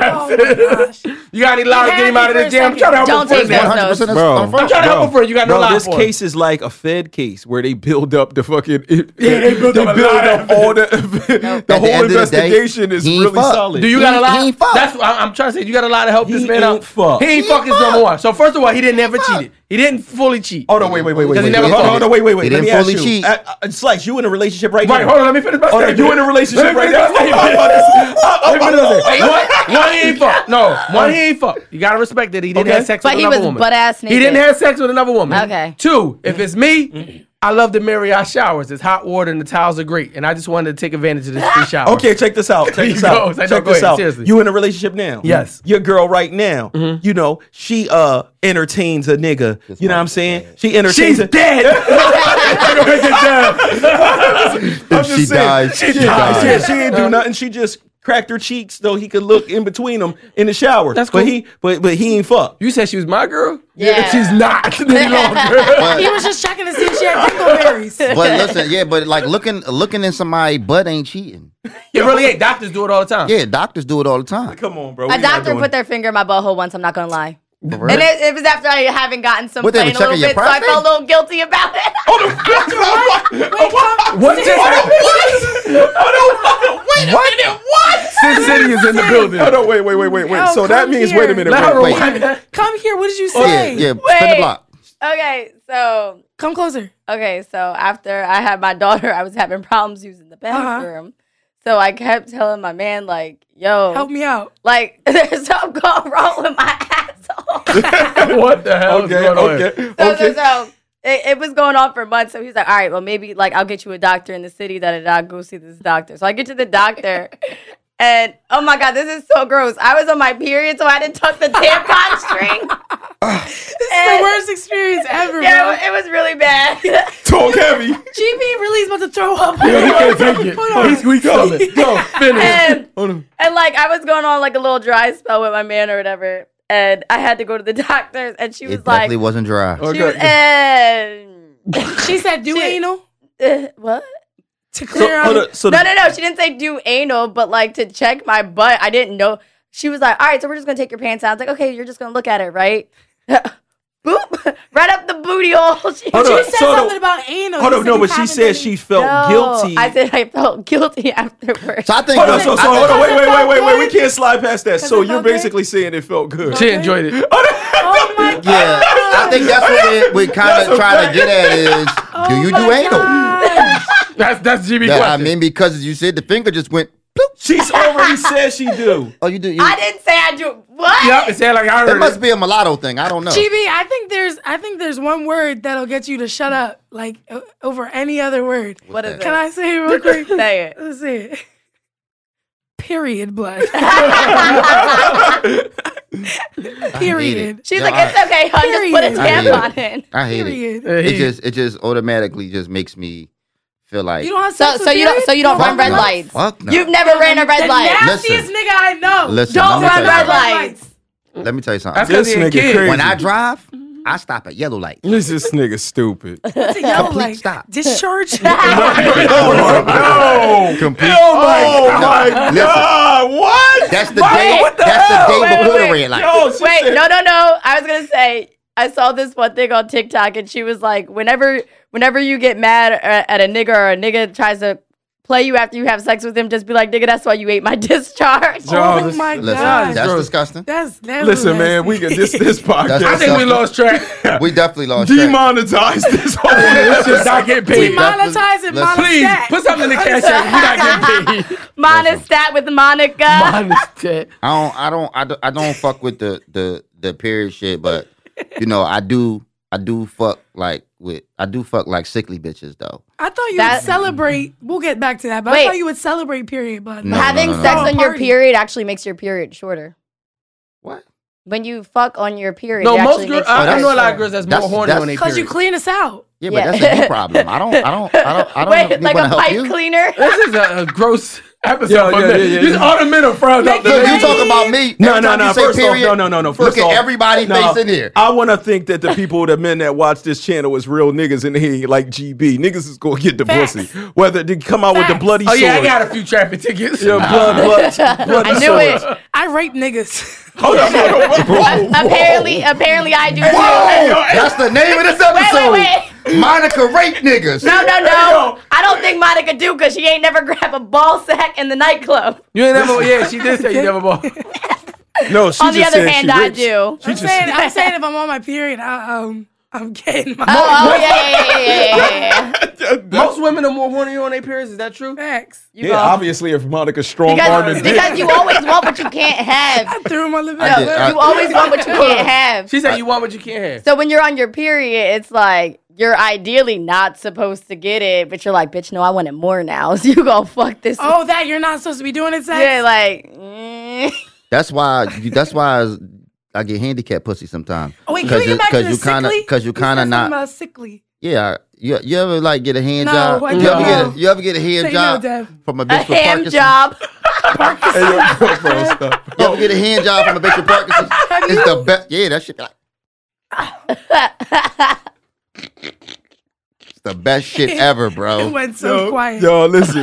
gosh. You got any lie to get him out of this jam? I'm trying to help Don't him. take One Yes, that. that. hundred percent Bro. her I'm fault. trying to help him for it. You got no Bro, lie this for him. case is like a Fed case where they build up the fucking. Yeah, they build up a lot of all the. the At the whole end of the day, investigation is he really fucked. solid. Do you He- got a lot? he ain't fuck. That's what I- I'm trying to say. You got a lot to help He this man ain't out. fuck. He ain't He fuck is fuck. number one. So first of all, he didn't ever cheated. He didn't fully cheat. Oh no! Wait, wait, wait, wait, Because he wait, never wait, fucked. hold on, wait, wait, He wait. Let didn't me ask fully you. cheat. Uh, uh, Slice, you in a relationship right Wait, now? hold on. Let me finish my Oh no, statement. you in a relationship Let me right finish now? my I'm about statement. to- I'm about what does it? One, one he ain't fuck. No, one he ain't fuck. You gotta respect that he didn't Okay. have sex But with he another was woman. butt-ass He didn't naked. have sex with another woman. Okay. Two, if it's me, I love to marry our showers. It's hot water and the towels are great, and I just wanted to take advantage of this free shower. Okay, check this out. Check you this go. out. Say no, Check go this ahead. out. Seriously. You in a relationship now? Yes. Your girl right now. You know she uh entertains a nigga. you know what I'm saying? She entertains. She's a- dead. I'm She just saying, dies. She dies. Yeah, she didn't Um, do nothing. She just cracked her cheeks so he could look in between them in the shower. That's But cool. he, but but he ain't fuck. you said she was my girl? Yeah. She's not. He was just checking to see if she had dingleberries. But listen, yeah, but like looking looking in somebody's butt ain't cheating. it really ain't. Doctors do it all the time. Yeah, doctors do it all the time. Come on, bro. A doctor put their finger in my butthole once. I'm not gonna lie. And it, it was after I haven't gotten some What, they were plane a little checking your bit, so I prostate? felt a little guilty about it. Oh, What just happened? Wait a minute. What? Sin City is in the building. Oh no! Wait, wait, wait, wait, wait. Oh, so that come means, here. wait a minute. Oh, Let her Wait, Wait. rewind. Come here. What did you Yeah, say? yeah, spin the Wait. block. Okay, so Come closer. okay, so after I had my daughter, I was having problems using the Uh-huh. bathroom. So I kept telling my man, like, yo, Help me out. Like, there's something going wrong with my asshole. What the hell? is Okay, going on here? okay, So, so, okay. so it, it was going on for months. So he's like, all right, well, maybe like I'll get you a doctor in the city. Da da da. Go see this doctor. So I get to the doctor. And oh my god, this is so gross. I was on my period, so I had to tuck the tampon string. This is the worst experience ever, Yeah, bro. it was really bad. Talk heavy. GB really is about to throw up. He can't take it. Hold on. Oh, He's we coming. Go finish. and, and like I was going on like a little dry spell with my man or whatever, and I had to go to the doctor, and she was It like, definitely wasn't dry. she was, and She said, "Do Shit. anal uh, what? to So, clear hold out." up, so No, no, no. She didn't say do anal, but like to check my butt. I didn't know. She was like, all right, so we're just gonna take your pants out. I was like, okay, you're just gonna look at it, right? Boop, right up the booty hole. She, Hold She up, said so the- something about anal. hold You up, said no, you but she haven't said done she it. felt No. guilty. I said I felt guilty afterwards. So I think. Hold on, so, so I hold think- on, wait, wait, wait, wait, wait. We good? can't slide past that. So it you're felt good? basically saying it felt good. She enjoyed it. Oh my god. Yeah, I think that's what we, we kind of trying to get at is do you Oh do Oh my anal? gosh. That's that's GB That- I question. mean, because you said the finger just went. bloop. She's already said she do. Oh, you do. You, I didn't say I do. What? Yep, it sounded like I it heard must it. be a mulatto thing. I don't know. GB, I think there's I think there's one word that'll get you to shut up like o- over any other word. What is Can it? I say it real quick? Say it. Let's see it. Period blood. Period. She's No, like, I- it's okay, hon. Just put a I Period. tampon in. I hate it. Period. Yeah, It he- just it just automatically just makes me feel like You don't have So, sex so with you don't, period? so you don't run fuck red no, lights. Fuck no. You've never ran a red The light. nastiest Listen. nigga I know. Listen, let Don't me run tell you, red something. lights. Let me tell you That's something. because This he a nigga kid. crazy. When I drive, Mm-hmm. I stop at yellow light. This this nigga stupid. It's a yellow Complete light. stop. Discharge. no. Complete. Oh No, my listen. god. What? That's the Why- day. What the that's hell? the day Wait, before wait, the red light. Yo, she Wait, said- no, no, no. I was gonna say I saw this one thing on TikTok, and she was like, "Whenever, whenever you get mad at, at a nigga or a nigga tries to play you after you have sex with him, just be like, nigga, that's why you ate my discharge." oh this- my Listen, god. that's That's disgusting. that's Listen, man, we nasty. can this this I podcast. think we lost track. We definitely lost. track. Demonetize this whole Let's just not get paid. Demonetize and Listen. monetize. Please put something in the cash app. We not getting paid. Minus that with Monica. Honest to- I don't, I don't, I don't, I don't fuck with the the the period shit, but you know, I do, I do fuck like with, I do fuck like sickly bitches though. I thought you That- would celebrate. We'll get back to that, but I Wait. thought you would celebrate period blood. No. Having sex no. on your Party. period actually makes your period shorter. What? When you fuck on your period, No, it most actually Oh, girls. makes your I, I period know a lot of shorter. girls that's, That's- more horny that's- on their Because you period. clean us out. Yeah, Yeah. but that's a you problem. I don't, I don't, I don't, I don't. Wait, like wanna a help pipe you. cleaner. This is a, a gross episode. Yeah, for yeah, men. yeah, yeah, These yeah. all the men are frowned out. Look, you Please. talking about me? No, Every no, time no. you say First off, period, no, no, no, no. First look off, at everybody no, face in here. I want to think that the people, the men that watch this channel, is real niggas, and he ain't like GB. Niggas is gonna get the Facts. pussy, whether they come out with the Facts. bloody Oh sword. yeah, I got a few traffic tickets. Your blood, blood, bloody I knew sword. it. I rape niggas. Hold up, hold up, hold up. apparently, apparently, I do too. Oh, that's the name of this episode. wait, Monica rape niggas. No, no, no. I don't think Monica do because she ain't never grab a ball sack in the nightclub. You ain't never. Yeah, she did say you never bought. No, she On the just other said hand, she I rapes. do. I'm saying, I'm saying if I'm on my period, I um I'm getting my Oh, oh, yeah, yeah, yeah, yeah, yeah, yeah, yeah. Most women are more horny on their periods. Is that true? facts. You Yeah, go. obviously, if Monica strong because, armed because you always want what you can't have. I threw my lip I out. did. I- You always want what you can't have. She said you want what you can't have. So when you're on your period, it's like you're ideally not supposed to get it, but you're like, bitch, no, I want it more now. So you gonna fuck this? Oh, that you're not supposed to be doing it, sex? yeah, like. mm. That's why. You, that's why I get handicapped pussy sometimes. oh, wait, can we you, get back to the you kind of, sickly? cause you said kind of something not. about sickly. Yeah, you, you ever like get a hand No, job? I You don't ever get know. a, you ever get a hand Say no, job Dev. from a bitch a with ham Parkinson's? job. Oh, Hey, yo, yo, bro, stop. You ever get a hand job from a bitch with Parkinson's? It's the best. Yeah, that shit. be Like, it's the best shit ever, It bro. went so Yo, quiet. Yo, listen, bro.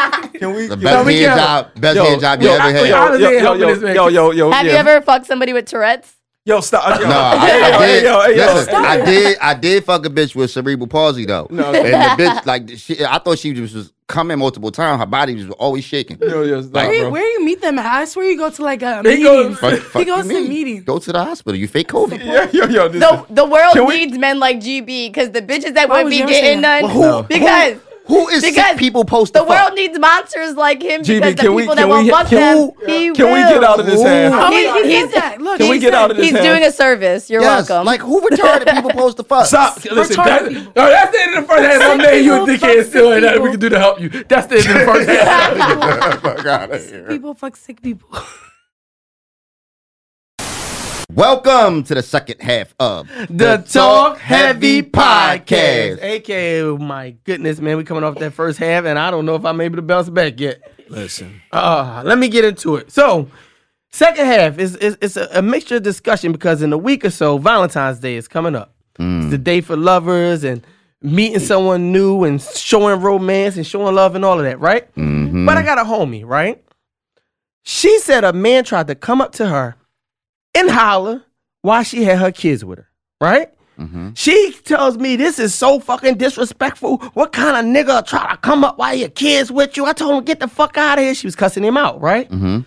Can we? The can- best we hand can't. job, best hand job you yo, ever yo, had. Honestly, yo, helping yo, this man. yo, yo, yo, Have you yeah. ever fucked somebody with Tourette's? Yo, stop. Yo, No, I, I Hey, did. yo, hey, yo. listen, I did. I did fuck a bitch with cerebral palsy though, no, and the bitch like she, I thought she just was coming multiple times. Her body was always shaking. Yo, yo, stop, Where, bro. where you meet them at? I swear you go to like a They meeting. go- Fuck- fuck goes you to mean? meetings. Go to the hospital. You fake COVID. Yeah, yo, yo, this The the world Can we- needs men like GB because the bitches that wouldn't Why would be you ever say getting that? none Who- who- because Who is Because sick people post the to world fuck? needs monsters like him GB, can because the people we- that can we won't hit- fuck can them, we- he can we will. get out of this Ooh. half? Oh, He- wait, he he's- said that. Look, Can we he get said- out of this He's half? doing a service. You're Yes, welcome. like who retarded people post to fuck? Stop. Listen, retarded that, people. No, that's the end of the first half. I'm letting you a people, dickhead fuck still, and people. nothing we can do to help you. That's the end of the first half. Fuck outta here. People fuck sick people. Welcome to the second half of AKA, my goodness, man, we coming off that first half, and I don't know if I'm able to bounce back yet. Listen. Uh, let me get into it. So, second half is, is it's a, a mixture of discussion because in a week or so, Valentine's Day is coming up. It's the day for lovers and meeting someone new and showing romance and showing love and all of that, right? But I got a homie, right? She said a man tried to come up to her and holler while she had her kids with her, right? She tells me this is so fucking disrespectful. What kind of nigga try to come up while your kids with you? I told him get the fuck out of here. She was cussing him out, right? Mhm.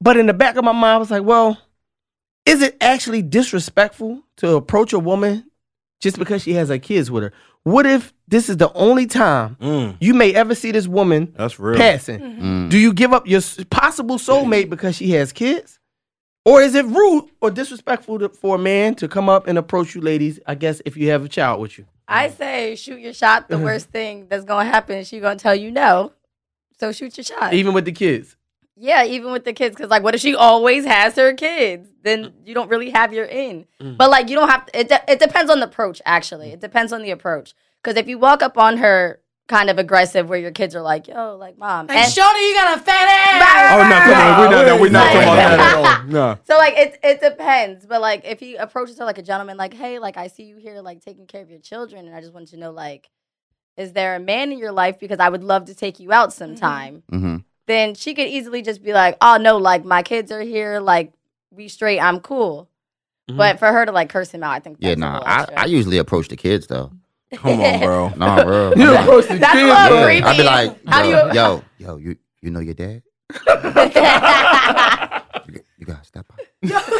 But in the back of my mind, I was like, well, is it actually disrespectful to approach a woman just because she has her kids with her? What if this is the only time you may ever see this woman Mm, That's real. passing? mm-hmm, Do you give up your s- possible soulmate because she has kids? Or is it rude or disrespectful to, for a man to come up and approach you, ladies? I guess if you have a child with you. I say shoot your shot. Mm-hmm. The worst thing that's gonna happen is she gonna tell you no. So shoot your shot. even with the kids. yeah, even with the kids, because like, what if she always has her kids? Then you don't really have your in. But like, you don't have. To, it de- it depends on the approach. Actually, it depends on the approach. Because if you walk up on her kind of aggressive, where your kids are like, "Yo, like mom," Like, Shorty, you got a fat ass. Oh, no, come on. We're not, no, we're not talking about Like- that at all. No. So like it it depends, but like if he approaches her like a gentleman, like hey, like I see you here, like taking care of your children, and I just want you to know, like, is there a man in your life because I would love to take you out sometime? Mm-hmm. Then she could easily just be like, oh no, like my kids are here, like we straight, I'm cool. But for her to like curse him out, I think that's Yeah, a nah. little I, extra. I usually approach the kids though. Come on, bro. Nah, bro. I'm You like- approach the That's kids, love, bro. creepy. I'd be like, How do yo, you- yo, yo, you you know your dad? You, you gotta step up.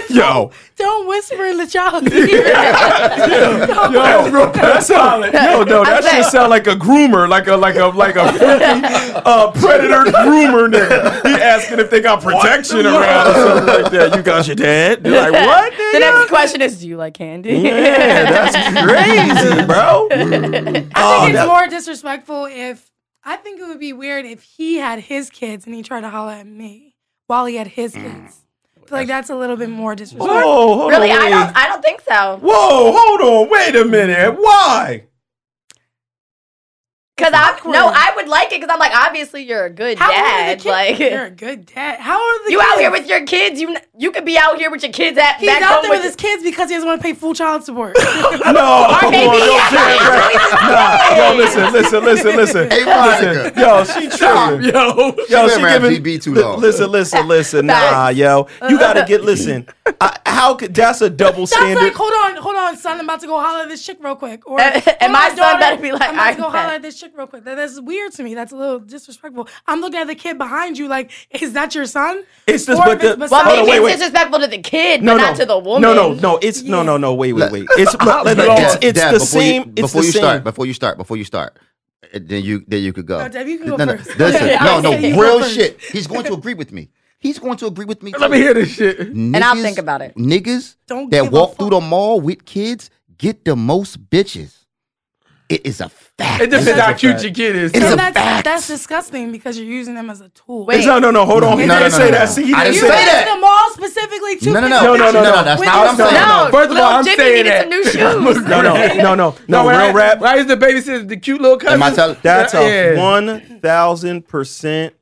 Yo. Don't whisper in the child. ear. Yo, that's real that's solid. Yo, no, that saying- shit sound like a groomer, like a like a like a freaking, uh, predator groomer nigga. He asking if they got protection around or something like that. You got your dad? They're like, what? the Nigga? next question is, do you like candy? Yeah, that's crazy, bro. I think Oh, that- it's more disrespectful if I think it would be weird if he had his kids and he tried to holler at me while he had his Mm. kids. I feel like that's a little bit more disrespectful. Whoa, hold really, on. I wait. don't I don't think so. Whoa, hold on. Wait a minute. Why? Because I Awkward. no, I would like it because I'm like, obviously you're a good How old are dad, the kids? like. You're a good dad. How old are the You kids? out here with your kids. You you could be out here with your kids at He's back out home there with his kids because he doesn't want to pay full child support. No, come baby, on, don't yeah, trip, yeah, bro. Nah, yo, listen, listen, listen, listen. Hey, Monica. Yo, she tripping. Yo, Yo, She she been around giving GB too li- long. Listen, listen, listen. nah, yo, you gotta get. Listen, I, how could that's a double That's standard. like, hold on, hold on, son. I'm about to go holler at this chick real quick. Or And- and "Hold my on, son better be like, I'm about to "I'm go holler back." at this shook real quick. That, that's weird to me. That's a little disrespectful. I'm looking at the kid behind you, like, is that your son? It's just Or but if it's the- beside- Hold Well, on, maybe wait, wait. it's disrespectful to the kid, No, but no, not to the woman. No, no, no. It's no, no, no. Wait, wait, wait. It's no, Look, it's, Deb, it's Deb, the before you- same. it's before the you same. start, before you start, before you start, uh, then you then you could go. No, Deb, you can go no, no, first. listen, Okay, no, I no, say you go real first. shit. He's going to agree with me. He's going to agree with me. Let me hear this shit. And I'll think about it. Niggas Don't give that a walk fuck. through the mall with kids get the most bitches. It is a fact. It depends That's how a cute your kid is. It's And a that's, fact. that's disgusting because you're using them as a tool. Wait. No, no, no. Hold on. No, He no, didn't no, say no, that. no. See, he I didn't you didn't say say went that. that. to the mall specifically to No, no, pick no. up No, no, no, that shit. no, that's When not what you I'm said- saying. No, First of all, little I'm Jimmy saying needed that. some new shoes. No, no, no, no, no. when Real I, rap. when I used to babysit the cute little cousin. Am I telling? That's a Yeah. one thousand percent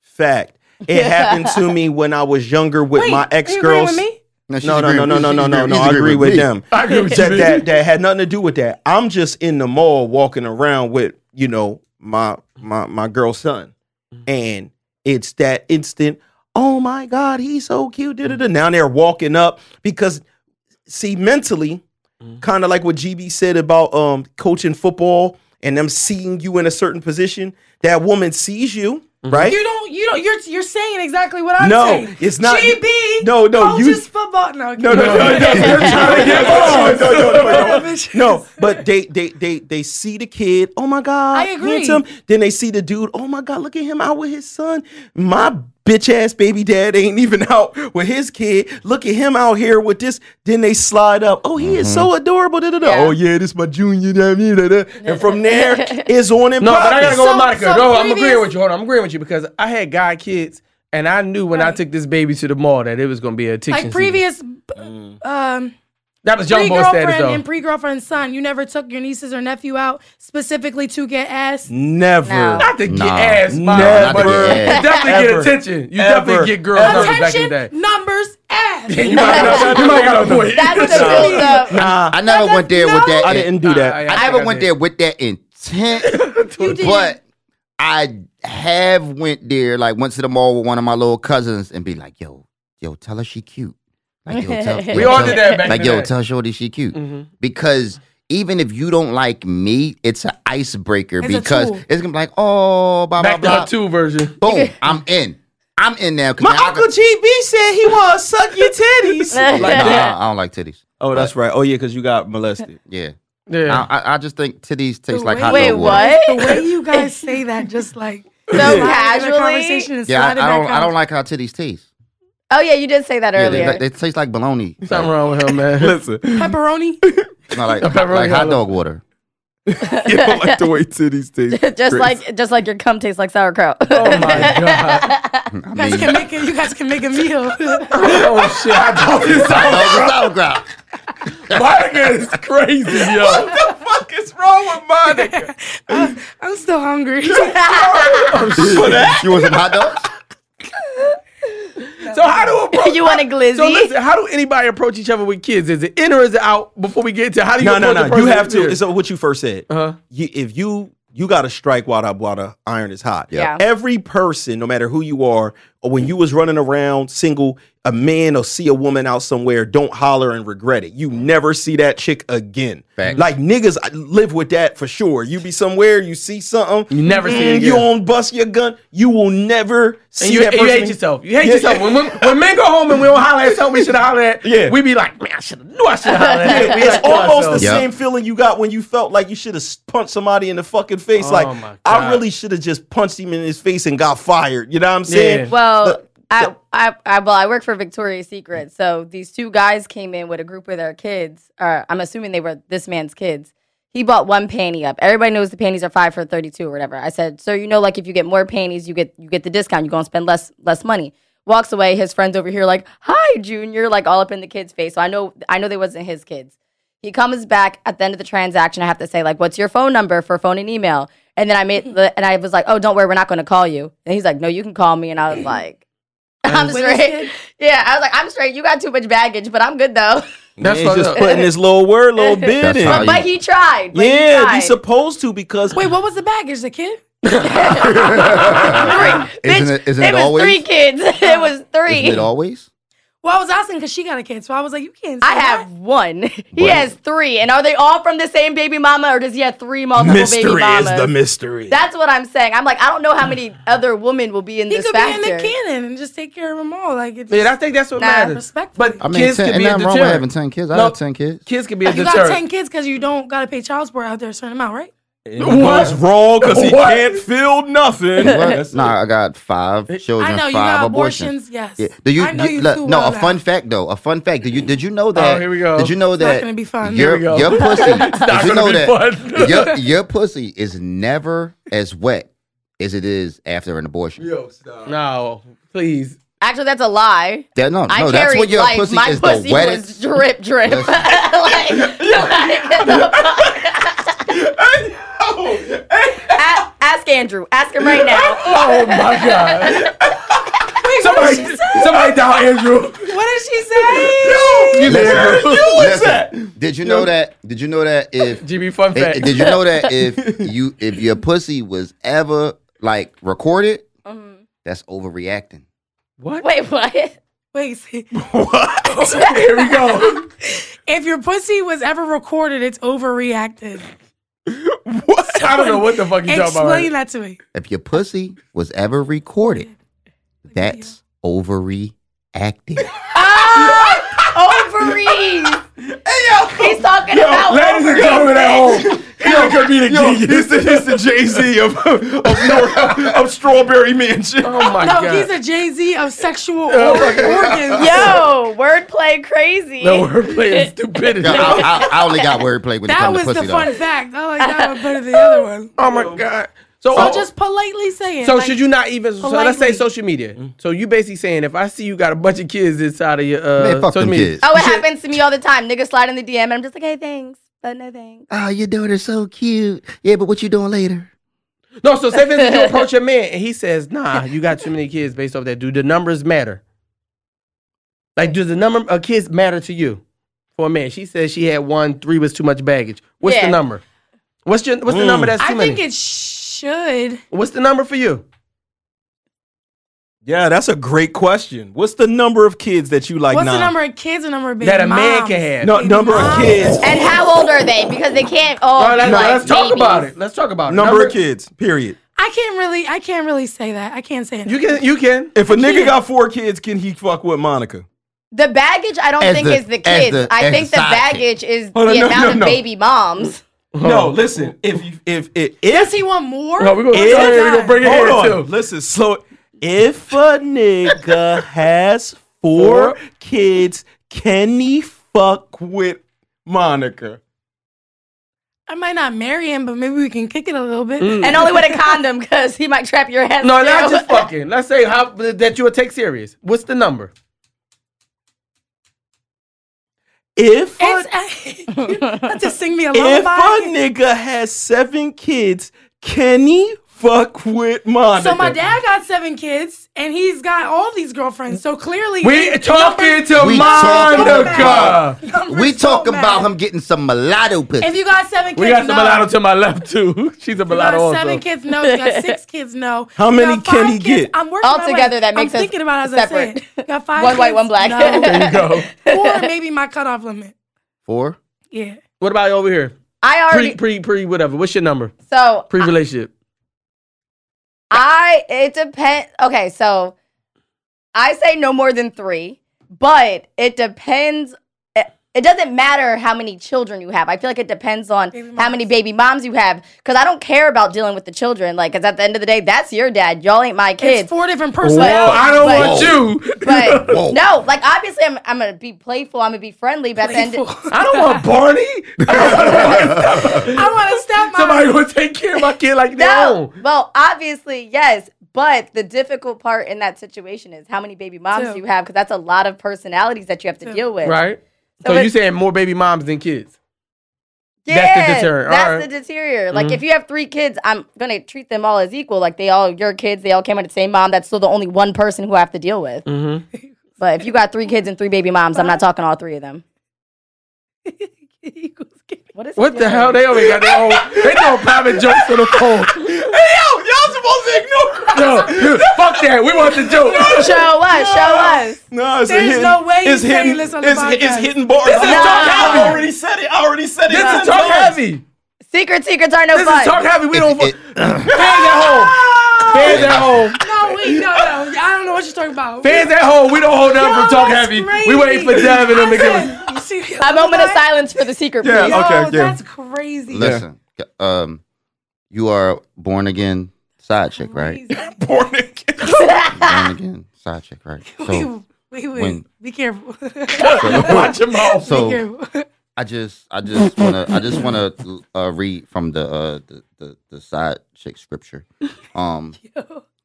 fact. It happened to me when I was younger with Wait, my are you ex agreeing girls. with me? No, she's No, no, no, agreeing no, with- no, she's no, no, agreeing- no. she's I agree agreeing with me. them. I agree with that, you. that that had nothing to do with that. I'm just in the mall walking around with you know my my my girl son, and it's that instant. Oh my God, he's so cute. Da-da-da. Now they're walking up because see mentally, kind of like what GB said about um coaching football and them seeing you in a certain position. That woman sees you, right? You don't. You don't. You're you're saying exactly what I'm No, saying. it's not- GB. No, no, you- Coaches football. No, Oh. No, no, no, no, you're trying to get on. No, no, no, no. Bitches. No, but they they they they see the kid. Oh my god, I agree. handsome. Then they see the dude. Oh my god, look at him out with his son. My bitch ass baby dad ain't even out with his kid. Look at him out here with this. Then they slide up. Oh, he is Mm-hmm. so adorable. Da, da, da. Yeah. Oh yeah, this my junior. Da, da, da, da. And from there, it's on and No, but I gotta go So- with Monica. so no, I'm previous- agreeing with you. Hold on, I'm agreeing with you because I had guy kids, and I knew when I Right. took this baby to the mall that it was gonna be a addiction. Like season. previous, um, that was young boy status pre-girlfriend though. and pre-girlfriend's son. You never took your nieces or nephew out specifically to get ass. Never. No. not to get Nah. ass, Nah, mom, not but to get you ass. definitely Ever. get attention. You Ever. definitely get girls Ever. numbers back in the day. Attention, numbers, ass. You might got a- you might got a point. That's the build up. Nah, I never went there with no. that. I in- didn't do that. I- I think never went did. there with that intent, but I have went there. Like went to the mall with one of my little cousins and be like, "Yo, yo, tell her she cute." Like, yo, tell, We yo, We all tell- did that back Like, in yo, the day. Mm-hmm. tell Shorty she cute because. Even if you don't like me, it's an icebreaker It's a because tool. it's gonna be like, oh, blah blah Back to blah. her two version. Boom, I'm in. I'm in now. 'cause My now I uncle can- GB said he want to suck your titties. Nah, I don't like titties. oh, that's right. Oh yeah, because you got molested. Yeah, Yeah. I, I, I just think titties taste like way- hot Wait, dog water. what? The way you guys say that, just like So slide in the casually? conversation and Yeah, I, I slide in that don't. I conversation. don't like how titties taste. Oh yeah, you did say that Yeah, they, earlier. like- they taste like bologna. Something wrong with him, man. Listen, pepperoni. No, like, pepperoni like hot yellow. dog water. you don't like the way titties taste. just Chris. like just like your cum tastes like sauerkraut. Oh my god. I You mean, guys can make it. You guys can make a meal. Oh shit. I thought this hot Oh, dog and sauerkraut. Monica is crazy, yo. what the fuck is wrong with Monica? I'm still hungry. You want some hot dogs? So how do approach? you want a glizzy? So listen, how do anybody approach each other with kids? Is it in or is it out? Before we get to how do you No, no, approach no. a You person- have to. Yeah. It's what you first said. Uh-huh. You, if you you got to strike while the while the iron is hot. Yeah. Every person, no matter who you are, or when you was running around single, a man or see a woman out somewhere, don't holler and regret it. You never see that chick again. Facts. Like niggas live with that for sure. You be somewhere, you see something, You never see it mm, again. You don't bust your gun. You will never see And you, that you person. hate yourself. You hate Yeah. yourself. When, when, when men go home and we don't holler at something we should holler at, Yeah. we be like, man, I should have knew I should have hollered at that. We it's like to almost the ourselves. Yep. same feeling you got when you felt like you should have punched somebody in the fucking face. Oh my like I God. really should have just punched him in his face and got fired. You know what I'm saying? Yeah. Well, I, I, I, well, I work for Victoria's Secret. So these two guys came in with a group of their kids. Or I'm assuming they were this man's kids. He bought one panty up. Everybody knows the panties are five for thirty-two or whatever. I said, sir, you know, like if you get more panties, you get you get the discount. You're gonna spend less less money. Walks away. His friends over here like, hi, Junior, like all up in the kid's face. So I know I know they wasn't his kids. He comes back at the end of the transaction. I have to say, like, what's your phone number for phone and email? And then I made, the- and I was like, oh, don't worry, we're not going to call you. And he's like, no, you can call me. And I was like, I'm straight. Yeah, I was like, I'm straight. You got too much baggage, but I'm good though. That's Man, fucked just up. putting this little word, little bit That's in. how you- But he tried. But Oh, yeah, he be tried. supposed to because Wait, what was the baggage? The kid? Three. Isn't Bitch, it- isn't it was always? three kids. it was Isn't it three. always? Well, I was asking because she got a kid, so I was like, you can't. Say I have that. one. He has three. And are they all from the same baby mama or does he have three multiple baby mystery mamas? is the mystery. That's what I'm saying. I'm like, I don't know how many other women will be in He this could factor. be in the canon and just take care of them all. Like, it just, yeah, I think that's what Nah, matters. respectfully. But I mean, kids 10, can and be a nothing wrong with deterrent. having 10 kids. I No, have 10 kids. Kids can be a you deterrent. got ten kids because you don't gotta pay child support out there a certain amount, right? What's wrong? Because he What? can't feel nothing. What? Nah, I got five children, I know you five got abortions. abortions. Yes. Yeah. Do you, I know you- you look, too no, well a fun fact though. A fun fact. Did you did you know that? here we go. Did you know not that? gonna be fun. Your, Here we your pussy. did not you gonna know be that fun. your your pussy is never as wet as it is after an abortion. No, please. Actually, that's a lie. That no, I no. That's carried what your life. pussy My is pussy the wettest. was drip drip. like, A- ask Andrew. Ask him right now. Oh my god. somebody, somebody down Andrew. What did she say? You Listen, was that? Did you know that? Did you know that if GB fun eh, fact. did you know that if you if your pussy was ever like recorded, Mm-hmm. that's overreacting. Wait, what? Wait, see, Here we go. if your pussy was ever recorded, it's overreacted. What? I don't know what the fuck you talking about. Explain that to me. If your pussy was ever recorded, that's overreacting. Ovaries. He's talking about Ladies and gentlemen at home, here could be the Yo, genius. he's the, he's the Jay Z of, of, Nor- of Strawberry Mansion. Oh my No, god. he's a Jay Z of sexual organs. Yo, wordplay crazy. no, we're playing stupidity. Yeah, I, I, I only got wordplay when it That comes was to pussy. the though. fun fact. I like that one better than the other one. Oh my god. So, So just politely say it. so like, should you not even? So let's say politely. social media. So you basically saying if I see you got a bunch of kids inside of your uh, Man, fuck social them media, kids. Oh, it happens to me all the time. Niggas slide in the DM and I'm just like, hey, thanks, but no thanks. Oh, your daughter's so cute. Yeah, but what you doing later? No, so say for instance you approach a man and he says, "Nah, you got too many kids." Based off that, do the numbers matter? Like, do the number of kids matter to you? For a man, she says she had one, three was too much baggage. What's Yeah. the number? What's your Mm. What's the number that's too I many? think it should. what's the number for you? Yeah, that's a great question. What's the number of kids that you like What's now? the number of kids and number of baby That a man moms? can have. No, number of Mom. kids. And how old are they? Because they can't all All right, let's, be like let's talk babies. about it. Let's talk about it. Number, of kids. Period. I can't really. I can't really say that. I can't say it. You can. You can. If a nigga got four kids, can he fuck with Monica? The baggage, I don't As think, the- is the as kids. the- I as think the the sidekick. baggage is Hold on, the no, amount no, of no. baby moms. No, listen. If you, if if Does if he want more? No, we're gonna, Is- we're gonna bring it hold here on, too. listen. Slow. it. If a nigga has four kids, can he fuck with Monica? I might not marry him, but maybe we can kick it a little bit. Mm. and only with a condom because he might trap your ass. No, too. not just fucking. Let's say how that you would take serious. What's the number? If a, It's, that just sing me a if lullaby. a nigga has seven kids, can he fuck with Monica? So my dad got seven kids, and he's got all these girlfriends. So clearly, We talking to We talking Monica. about- Numbers We don't talk about matter. him getting some mulatto pussy. If you got seven kids, We got no. some mulatto to my left too. She's a You got mulatto also. seven kids, no. You got six kids, no. How You many got can five he kids- get? I'm working my way. Altogether, that makes I'm us thinking about it as I separate. said. You got five. One white, kids? one black. No. There There you go. Four, maybe my cutoff limit. Four. Yeah. What about over here? I Pre, already pre, pre, whatever. What's your number? so Pre relationship. I it depends. Okay, so I say no more than three, but it depends. It it doesn't matter how many children you have. I feel like it depends on Baby how many baby moms you have. Because I don't care about dealing with the children. Like, because at the end of the day, that's your dad. Y'all ain't my It's kids. four different Whoa. personalities. I don't But- want you. But Whoa. no, like obviously, I'm I'm gonna be playful. I'm gonna be friendly. But at the end, Playful. I don't want Barney. I want to step my. Somebody gonna take care of my kid like their No. own. Well, obviously, yes. But the difficult part in that situation is how many baby moms Two. you have, because that's a lot of personalities that you have to deal with. Right? So So, it- you saying more baby moms than kids. Yeah, That's the deterrent. That's Alright. the deterrent. Mm-hmm. Like if you have three kids, I'm gonna treat them all as equal. Like they all your kids, they all came out of the same mom. That's still the only one person who I have to deal with. Mm-hmm. But if you got three kids and three baby moms, I'm not talking all three of them. What is What he the doing? hell? They already got their own. They doing private jokes on the phone. Yo, y'all supposed to ignore Yo, fuck that. We want the joke. Show us, show us. No, it's a There's hidden- no way you it's saying hidden- this on the it's, It's podcast. hidden bars. This is I- talk I heavy. already said it. I already said it. This nine is talk times. heavy. Secret secrets are no This fun. is talk heavy. We don't. It- Fans at home. Fans at home. No, wait, no, no. I don't know what you're talking about. Fans at home. We don't hold down for talk heavy. We waiting for Dev and them to give us. give us A moment of silence for the secret, Yeah, please. Yo, Okay, yeah. that's crazy. Listen, um, you are born again side chick, right? Crazy. Born again. Born again side chick, right? So, Wait, wait, When- be careful. Watch your mouth. be so careful. I just, I just wanna, I just wanna uh, read from the, uh, the the the side chick scripture. Um,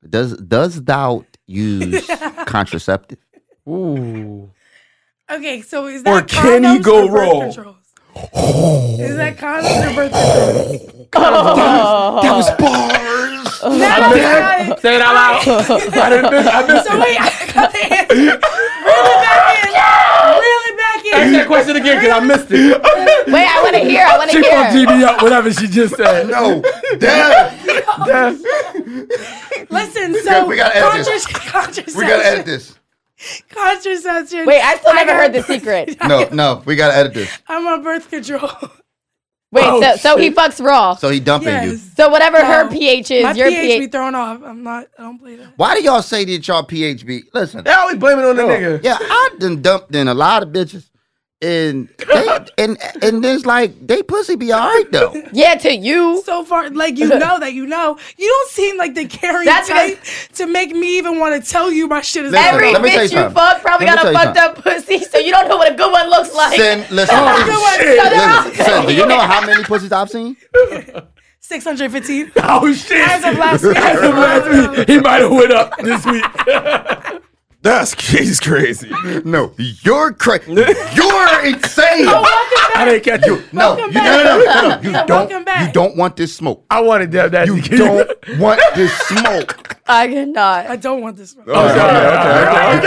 does does thou use contraceptive? Okay, so is that Or can you condoms go or birth wrong? controls? Is that condoms or birth controls? That was bars. No, I got it. Say it out loud. I didn't miss. I missed So it. wait, I got the answer. Reel it back in. Reel it back in. Ask that question again because I missed it. Wait, I want to hear. I want to She fucked hear. GB up, whatever she just said. No, damn. Listen, so we gotta edit contrac- this. contraception. We gotta edit this. Contraception. Wait, I still never got heard the birth- secret. No, no, we gotta edit this. I'm on birth control. Wait, so, so he fucks raw. So he dumping you. Yes. So whatever her No. pH is, Um, My your pH, be pH. thrown off. I'm not. I don't play that. Why do y'all say that y'all PHB? Listen, Now we blaming on the nigga. yeah, I done dumped in a lot of bitches, and they, and and there's like they pussy be alright though. yeah, to you. So far, like you know that you know, you don't seem like the caring That's type to make me even want to tell you my shit is. Listen, wrong. Every let me tell you bitch you, something. fuck probably Let me got a tell you fucked up pussy, so you don't know what a good one looks like. Sin, listen, Oh, shit. shit. listen, sin, do you know how many pussies I've seen? 615 Oh shit! as of last week. As of last week, he might have went up this week. That's he's crazy. No, you're crazy. You're insane. I didn't catch you. No, you, no, no, no, no, no. You welcome don't. back. You don't want this smoke. I wanted Deb that. You don't want this smoke. I cannot. I don't want this. one. Listen,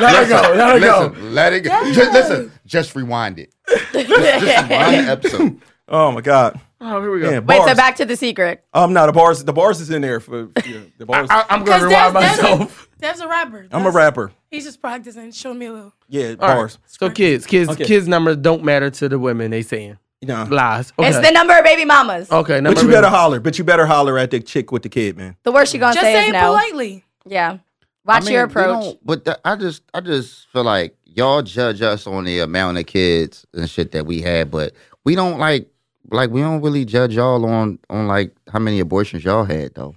Let it go. Let it go. listen, let it go. Just, listen, just rewind it. Rewind the episode. Oh my god. Oh, here we go. Yeah, Wait, bars. so back to the secret. Um, no, the bars. The bars is in there for yeah, the bars. I, I, I'm gonna rewind myself. Dev's a rapper. am a That's- rapper. He's just practicing, showing me a little. Yeah, bars. So kids, kids, Okay. kids' numbers don't matter to the women. They saying Nah. lies. Okay. It's the number of baby mamas. okay. Number But you better holler. But you better holler at the chick with the kid, man. The worst you gonna Just say, say is it no. politely. Yeah. Watch mean, your we approach. don't- But the- I just, I just feel like y'all judge us on the amount of kids and shit that we had, but we don't like, like we don't really judge y'all on, on like how many abortions y'all had though.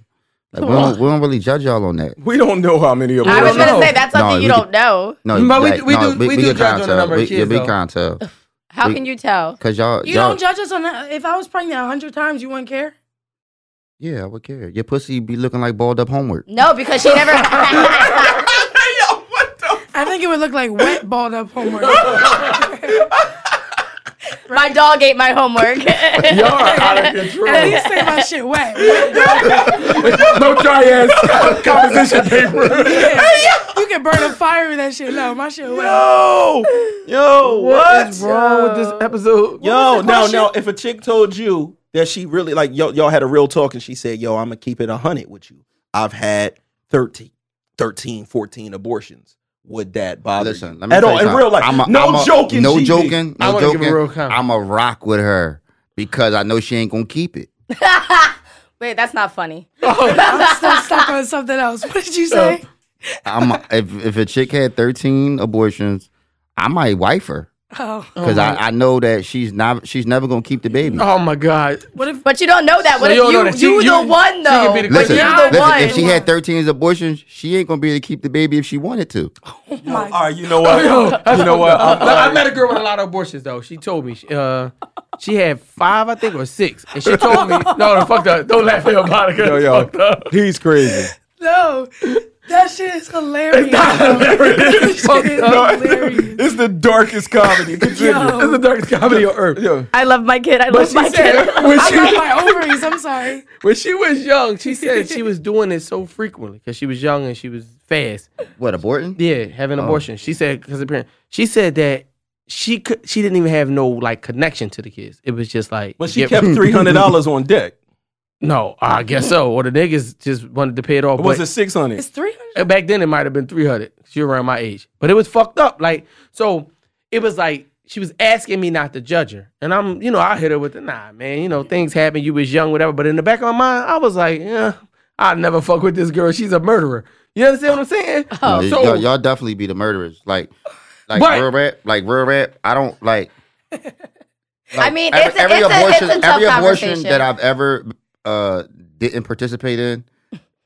Like we don't, we don't really judge y'all on that. We don't know how many of I them. was gonna No. say that's something No, you we- don't know. No, But we- like, we no, do- we do can judge kinda on the number of we, kids, We though. can't tell How we- can you tell? because y'all, You y'all, don't judge us on that. If I was pregnant a hundred times, you wouldn't care. yeah, I would care. Your pussy be looking like balled up homework. No, because she never. I I think it would look like wet balled up homework. My dog ate my homework. Y'all are out of control. At least say my shit wet. Wet balled no dry ass composition paper. up. You can burn a fire with that shit. No, my shit wet. Yo, yo, what? What's wrong with this episode? Yo, no, question? no. If a chick told you that she really like yo, y'all had a real talk and she said, "Yo, I'm gonna keep it a hundred with you. I've had 13, 13, 14 abortions." Would that bother Listen, you? let me at tell all you in real life? something. I'm a- no I'm a- joking. No GB. joking. I No wanna give a joking. real comment. I'm a rock with her because I know she ain't gonna keep it. Wait, that's not funny. I'm still stuck on something else. What did you say? I'm a- if if a chick had 13 abortions, I might wife her Oh, because Uh-huh. I, I know that she's not she's never gonna keep the baby. Oh my god. what if? But you don't know that. What you don't know if that. She- you you, you- the one she though? could be the Listen, You're the listen one. if she had 13 abortions, she ain't gonna be able to keep the baby if she wanted to. my All right, you know what? you know what? I'm- I met a girl with a lot of abortions though. She told me uh, she had five, I think, or six, and she told me, "No, no, fuck that. Don't laugh at your Monica. yo, Fuck that. yo, he's crazy. No, that shit is hilarious. That shit is hilarious. It's the darkest comedy. Continue. That's the darkest comedy on earth." Yo, I love my kid. I But love she my said kid. when I got she, my ovaries. I'm sorry. when she was young, she said she was doing it so frequently because she was young and she was fast. What aborting? Yeah, having abortion. She said because parent. She said that she could. She didn't even have no like connection to the kids. It was just like. but she yeah. kept three hundred dollars on deck. No, I guess so. Or the niggas just wanted to pay it off. It was but- it six hundred? It's 300. Uh, back then it might have been 300 she around my age but it was fucked up like so it was like she was asking me not to judge her and i'm you know i hit her with the nah man you know things happen you was young whatever but in the back of my mind i was like yeah i never fuck with this girl she's a murderer you understand what i'm saying Oh, No, y- so y'all, y'all definitely be the murderers. Like, like But- real rap, like real rap. I don't like. I mean, it's a- it's a- it's abortion, a tough every abortion conversation. that I've ever uh didn't participate in.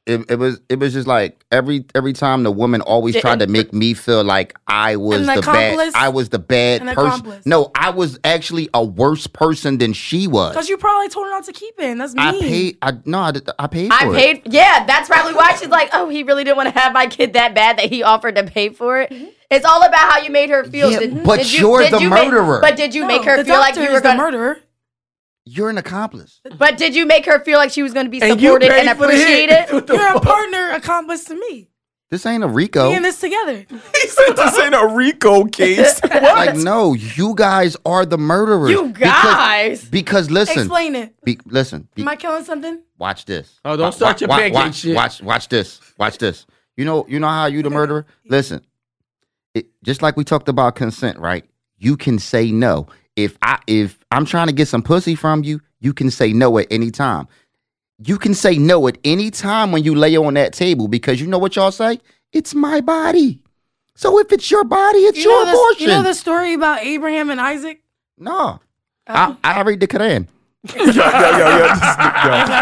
It, it was it was just like every every time the woman always tried to make me feel like I was An the bad accomplice? I was the An bad person. accomplice. No, I was actually a worse person than she was. Because you probably told her not to keep it. And that's mean. I paid. I no. I, did- I paid. I for it. paid. Yeah, that's probably why she's like, oh, he really didn't want to have my kid that bad that he offered to pay for it. It's all about how you made her feel. Yeah, Did- but did you- you're did the you make- murderer. but did you make her the feel like doctor you is were the going? to murderer. You're an accomplice. But did you make her feel like she was going to be and you supported paid and for the hit. appreciated? What the You're a fuck? partner accomplice to me. This ain't a Rico. We in this together. He said this ain't a Rico case. Like no, you guys are the murderers. You guys. Because, because listen, Explain it. be, listen. be- Am I killing something? watch this. Oh, don't Wa- start wa- your wa- pancake watch, shit. Watch, watch this. Watch this. You know, you know how you the murderer. Listen, it, just like we talked about consent, right? You can say no. If I if I'm trying to get some pussy from you, you can say no at any time. You can say no at any time when you lay on that table because you know what y'all say? It's my body. So if it's your body, it's You your know, this, abortion. you know the story about Abraham and Isaac? No. Oh. I, I read the Quran. yo, yo, yo, just- Not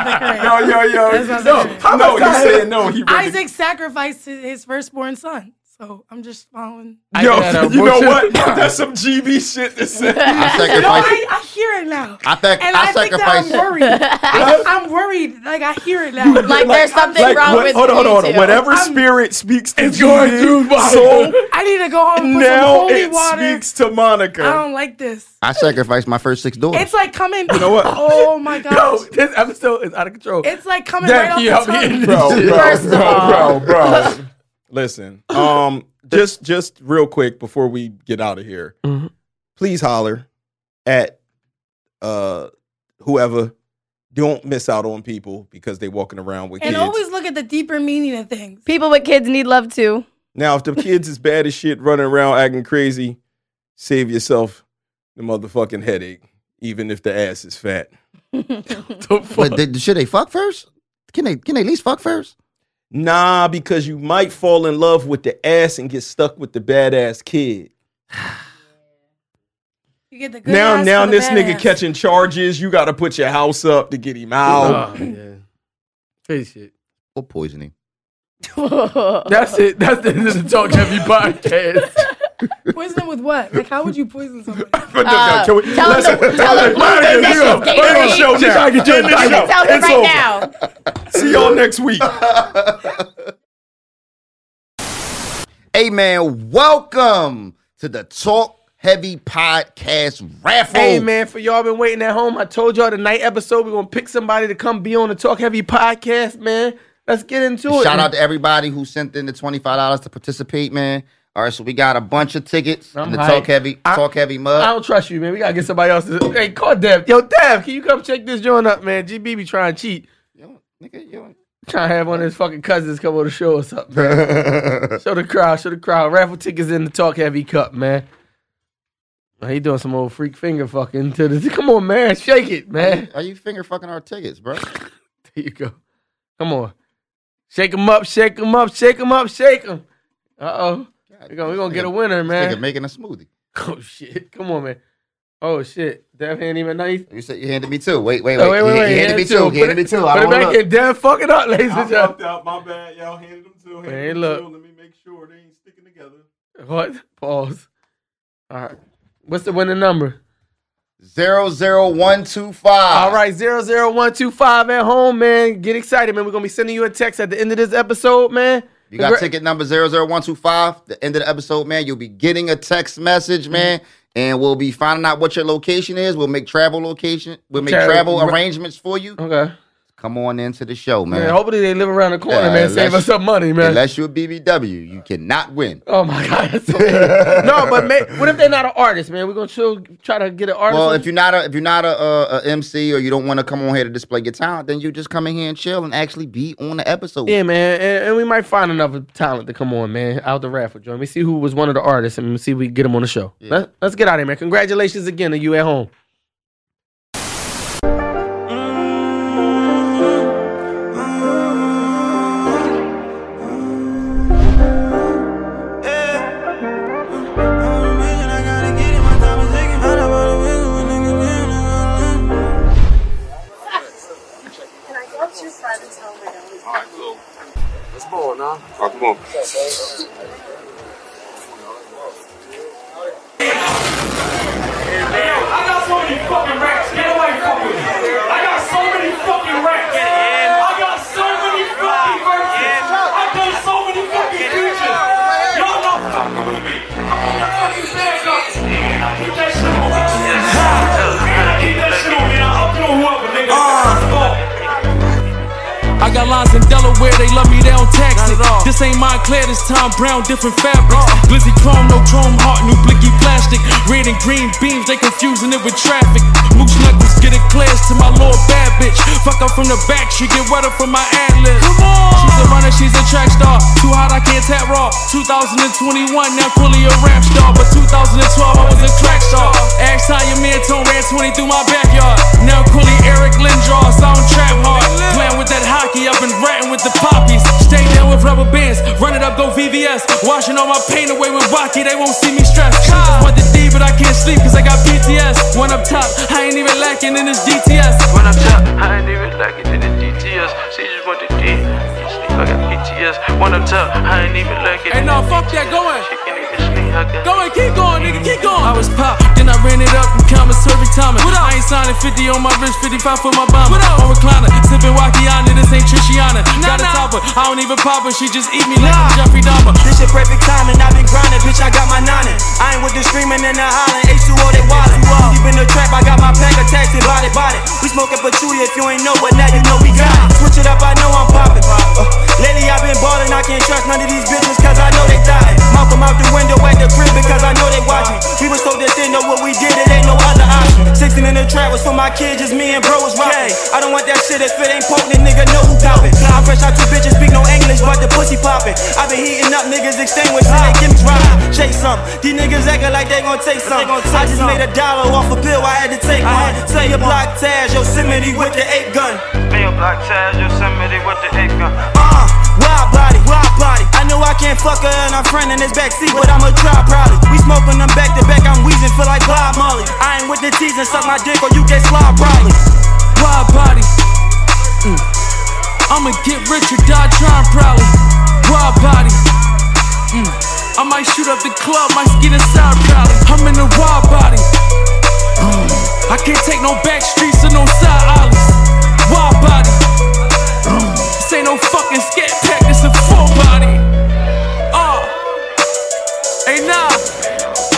the Quran. yo, yo, yo, yo. No, no, he Oh, said no. He read the- Isaac sacrificed his, his firstborn son. So I'm just following. I got Yo, an you know abortion. what? That's some GB shit. That said, I No, sacrificed. I, I hear it now. I think- and I I, think that sacrificed- I'm worried. I, I'm worried. Like I hear it now. Like, there's something like, wrong what- with hold on, hold you on. two. Whatever spirit speaks to It's going through GB, my- soul, I need to go home and put some now holy it water. speaks to I Monica. don't like this. I sacrificed my first six doors. It's like coming. know what? Oh my gosh. Yo, this episode is out of control It's like coming That right he off the up tongue. in- Bro, bro, First of bro, bro, all. bro. Listen, um, just just real quick before we get out of here, Mhm. please holler at uh whoever. Don't miss out on people because they walking around with And kids. always look at the deeper meaning of things. People with kids need love too. Now, if the kids is bad as shit running around acting crazy, save yourself the motherfucking headache, even if the ass is fat. The fuck? but did, should they fuck first? Can they can they at least fuck first? Nah, because you might fall in love with the ass and get stuck with the badass kid. You get the good Now, ass now for the this bad nigga ass. catching charges. You gotta put your house up to get him out. Oh, yeah. Crazy shit Or poisoning? that's it that's the end of the talk heavy podcast Poison with what? Like how would you poison somebody? But no, no, Uh, can we- tell him listen, the- tell listen, him Blue end Bay the Nation's show. gay End the free. show She's now. trying to get End you the I show. can tell him It's right over. now. See y'all next week. Hey man, welcome to the Talk Heavy Podcast raffle. Hey man, for y'all been waiting at home, I told y'all tonight episode we're gonna pick somebody to come be on the Talk Heavy podcast, man. Let's get into it. Shout out to everybody who sent in the twenty five dollars to participate, man. All right, so we got a bunch of tickets I'm in the hyped. Talk Heavy I- Talk Heavy I mug. don't trust you, man. We gotta get somebody else. To, hey, call Dev. Yo, Dev, can you come check this joint up, man? GB be trying to cheat. Nigga, you don't- Trying to have one of his fucking cousins come on the show or something. man. show the crowd, show the crowd. Raffle tickets in the Talk Heavy Cup, man. Now, he doing some old freak finger fucking to this. Come on, man. Shake it, man. Are you finger fucking our tickets, bro? There you go. Come on. Shake him up, shake him up, shake him up, shake him. Uh oh. We're gonna, we gonna get a winner, Nigga man. making a smoothie. Oh shit. Come on, man. Oh shit. Dev ain't even know. he- You said you handed me two. Wait, wait, wait. Oh, wait, wait, You- wait. You He handed me had two. Put You handed it- me two. Put I it don't back look. in. Dev, fuck it up, ladies I and gentlemen. fucked up. My bad. Y'all handed them to him. Man, look. Let me make sure they ain't sticking together. What? Pause. All right. What's the winning number? Zero zero one two five. All right, 00125 at home, man. Get excited, man. We're going to be sending you a text at the end of this episode, man. You got Congra- ticket number 00125. The end of the episode, man. You'll be getting a text Mm-hmm. message, man. And we'll be finding out what your location is. We'll make travel location. We'll make Travel- travel arrangements for you. Okay. come on into the show, man. Man, hopefully they live around the corner, Yeah, man. Save unless- us some money, man. Unless you're a BBW, you cannot win. Oh my god! that's so weird. no, but ma- what if they're not an artist, man? We're gonna chill, try to get an artist. Well, if you're not a if you're not a, a, a MC or you don't want to come on here to display your talent, then you just come in here and chill and actually be on the episode. yeah, man, and, and we might find another talent to come on, man, out the raffle joint. We see who was one of the artists, and we see if we can get them on the show. Let, let's get out of here, man. Congratulations again to you at home. I got so many fucking racks. Get away from me. I got so many fucking racks. I got so many fucking verses. I done so many fucking features. Y'all not fucking with me. Fucking stand up. Keep that shit on me. Keep that shit on me. Now, I'll throw whoever, nigga. Fuck. I got lines in Delaware, they love me, they don't tax it. This ain't Montclair, this Tom Brown, different fabrics. Glizzy chrome, no chrome heart, new blicky plastic. Red and green beams, they confusing it with traffic. Moose knuckles, get it clear to my little bad bitch. Fuck up from the back, she get wetter from my ad lib. She's a runner, she's a track star. Too hot, I can't tap raw. 2021, now fully a rap star. But 2012, I was a track star. Ask how your man Tone ran 20 through my backyard. Now Cooley Eric Lindros, I don't trap hard. Playing with that hockey, I've been ratting with the poppies. Stay down with rubber bands, run it up, go VVS. Washing all my pain away with Rocky, they won't see me stressed. She just want the D, but I can't sleep cause I got PTS. One up top, I ain't even lacking in this DTS. When I'm top, I ain't even like it in the DTS. She just want the D. You sleep, I got PTS. When I'm top, I ain't even like it in Hey, no, the fuck that, go in. DTS. She can't even sleep, I got Go and keep going, nigga, keep going. I was pop, then I ran it up in commas, every time. I ain't signing 50 on my wrist, 55 for my bomb. What up? On recliner, sipping Wakiana, this ain't Trishiana. Got a topper, I don't even pop her, she just eat me like a Jeffrey Dahmer. This shit perfect timing, I've been grinding, bitch, I got my nine in. I ain't with the streaming and the hollering, H2O, they wildin'. Deep in the trap, I got my pack attached and body, body. We smoking patchouli, if you ain't know it, now you know we got it. Switch it up, I know I'm poppin'. Uh, lately I've been ballin', I can't trust none of these bitches, cause I know they dying. Mouth 'em out the window at the crib, because I know they watching. We was told that they know what we did, it ain't no other option. 16 in the trap was for my kids, just me and bro was rockin'. I don't want that shit if it ain't potent, nigga, know who coppin'. I fresh out two bitches, speak no English, but the pussy poppin'. I been heating up niggas, extinguished, and they give me drop. Shake some. These niggas acting like they gon' take some. I just made a dollar off a bill, I had to take one. Tell your block Taz, Yosemite with the eight gun. Bill Black Taz, Yosemite with the egg gun. Uh, wild body, wild body. I know I can't fuck her and her friend in this backseat, but I'ma try probably. We smoking them back to back, I'm wheezing, feel like Bob Marley. I ain't with the teasing, suck my dick or you get slob probably. Wide body. Mm. I'ma get rich or die trying probably. Wide body. Mm. I might shoot up the club, might get inside probably. I'm in the wide body. Mm. I can't take no back streets or no side alleys. Wide body. Mm. This ain't no fucking scat pack, this a full body. Uh. Hey, nah.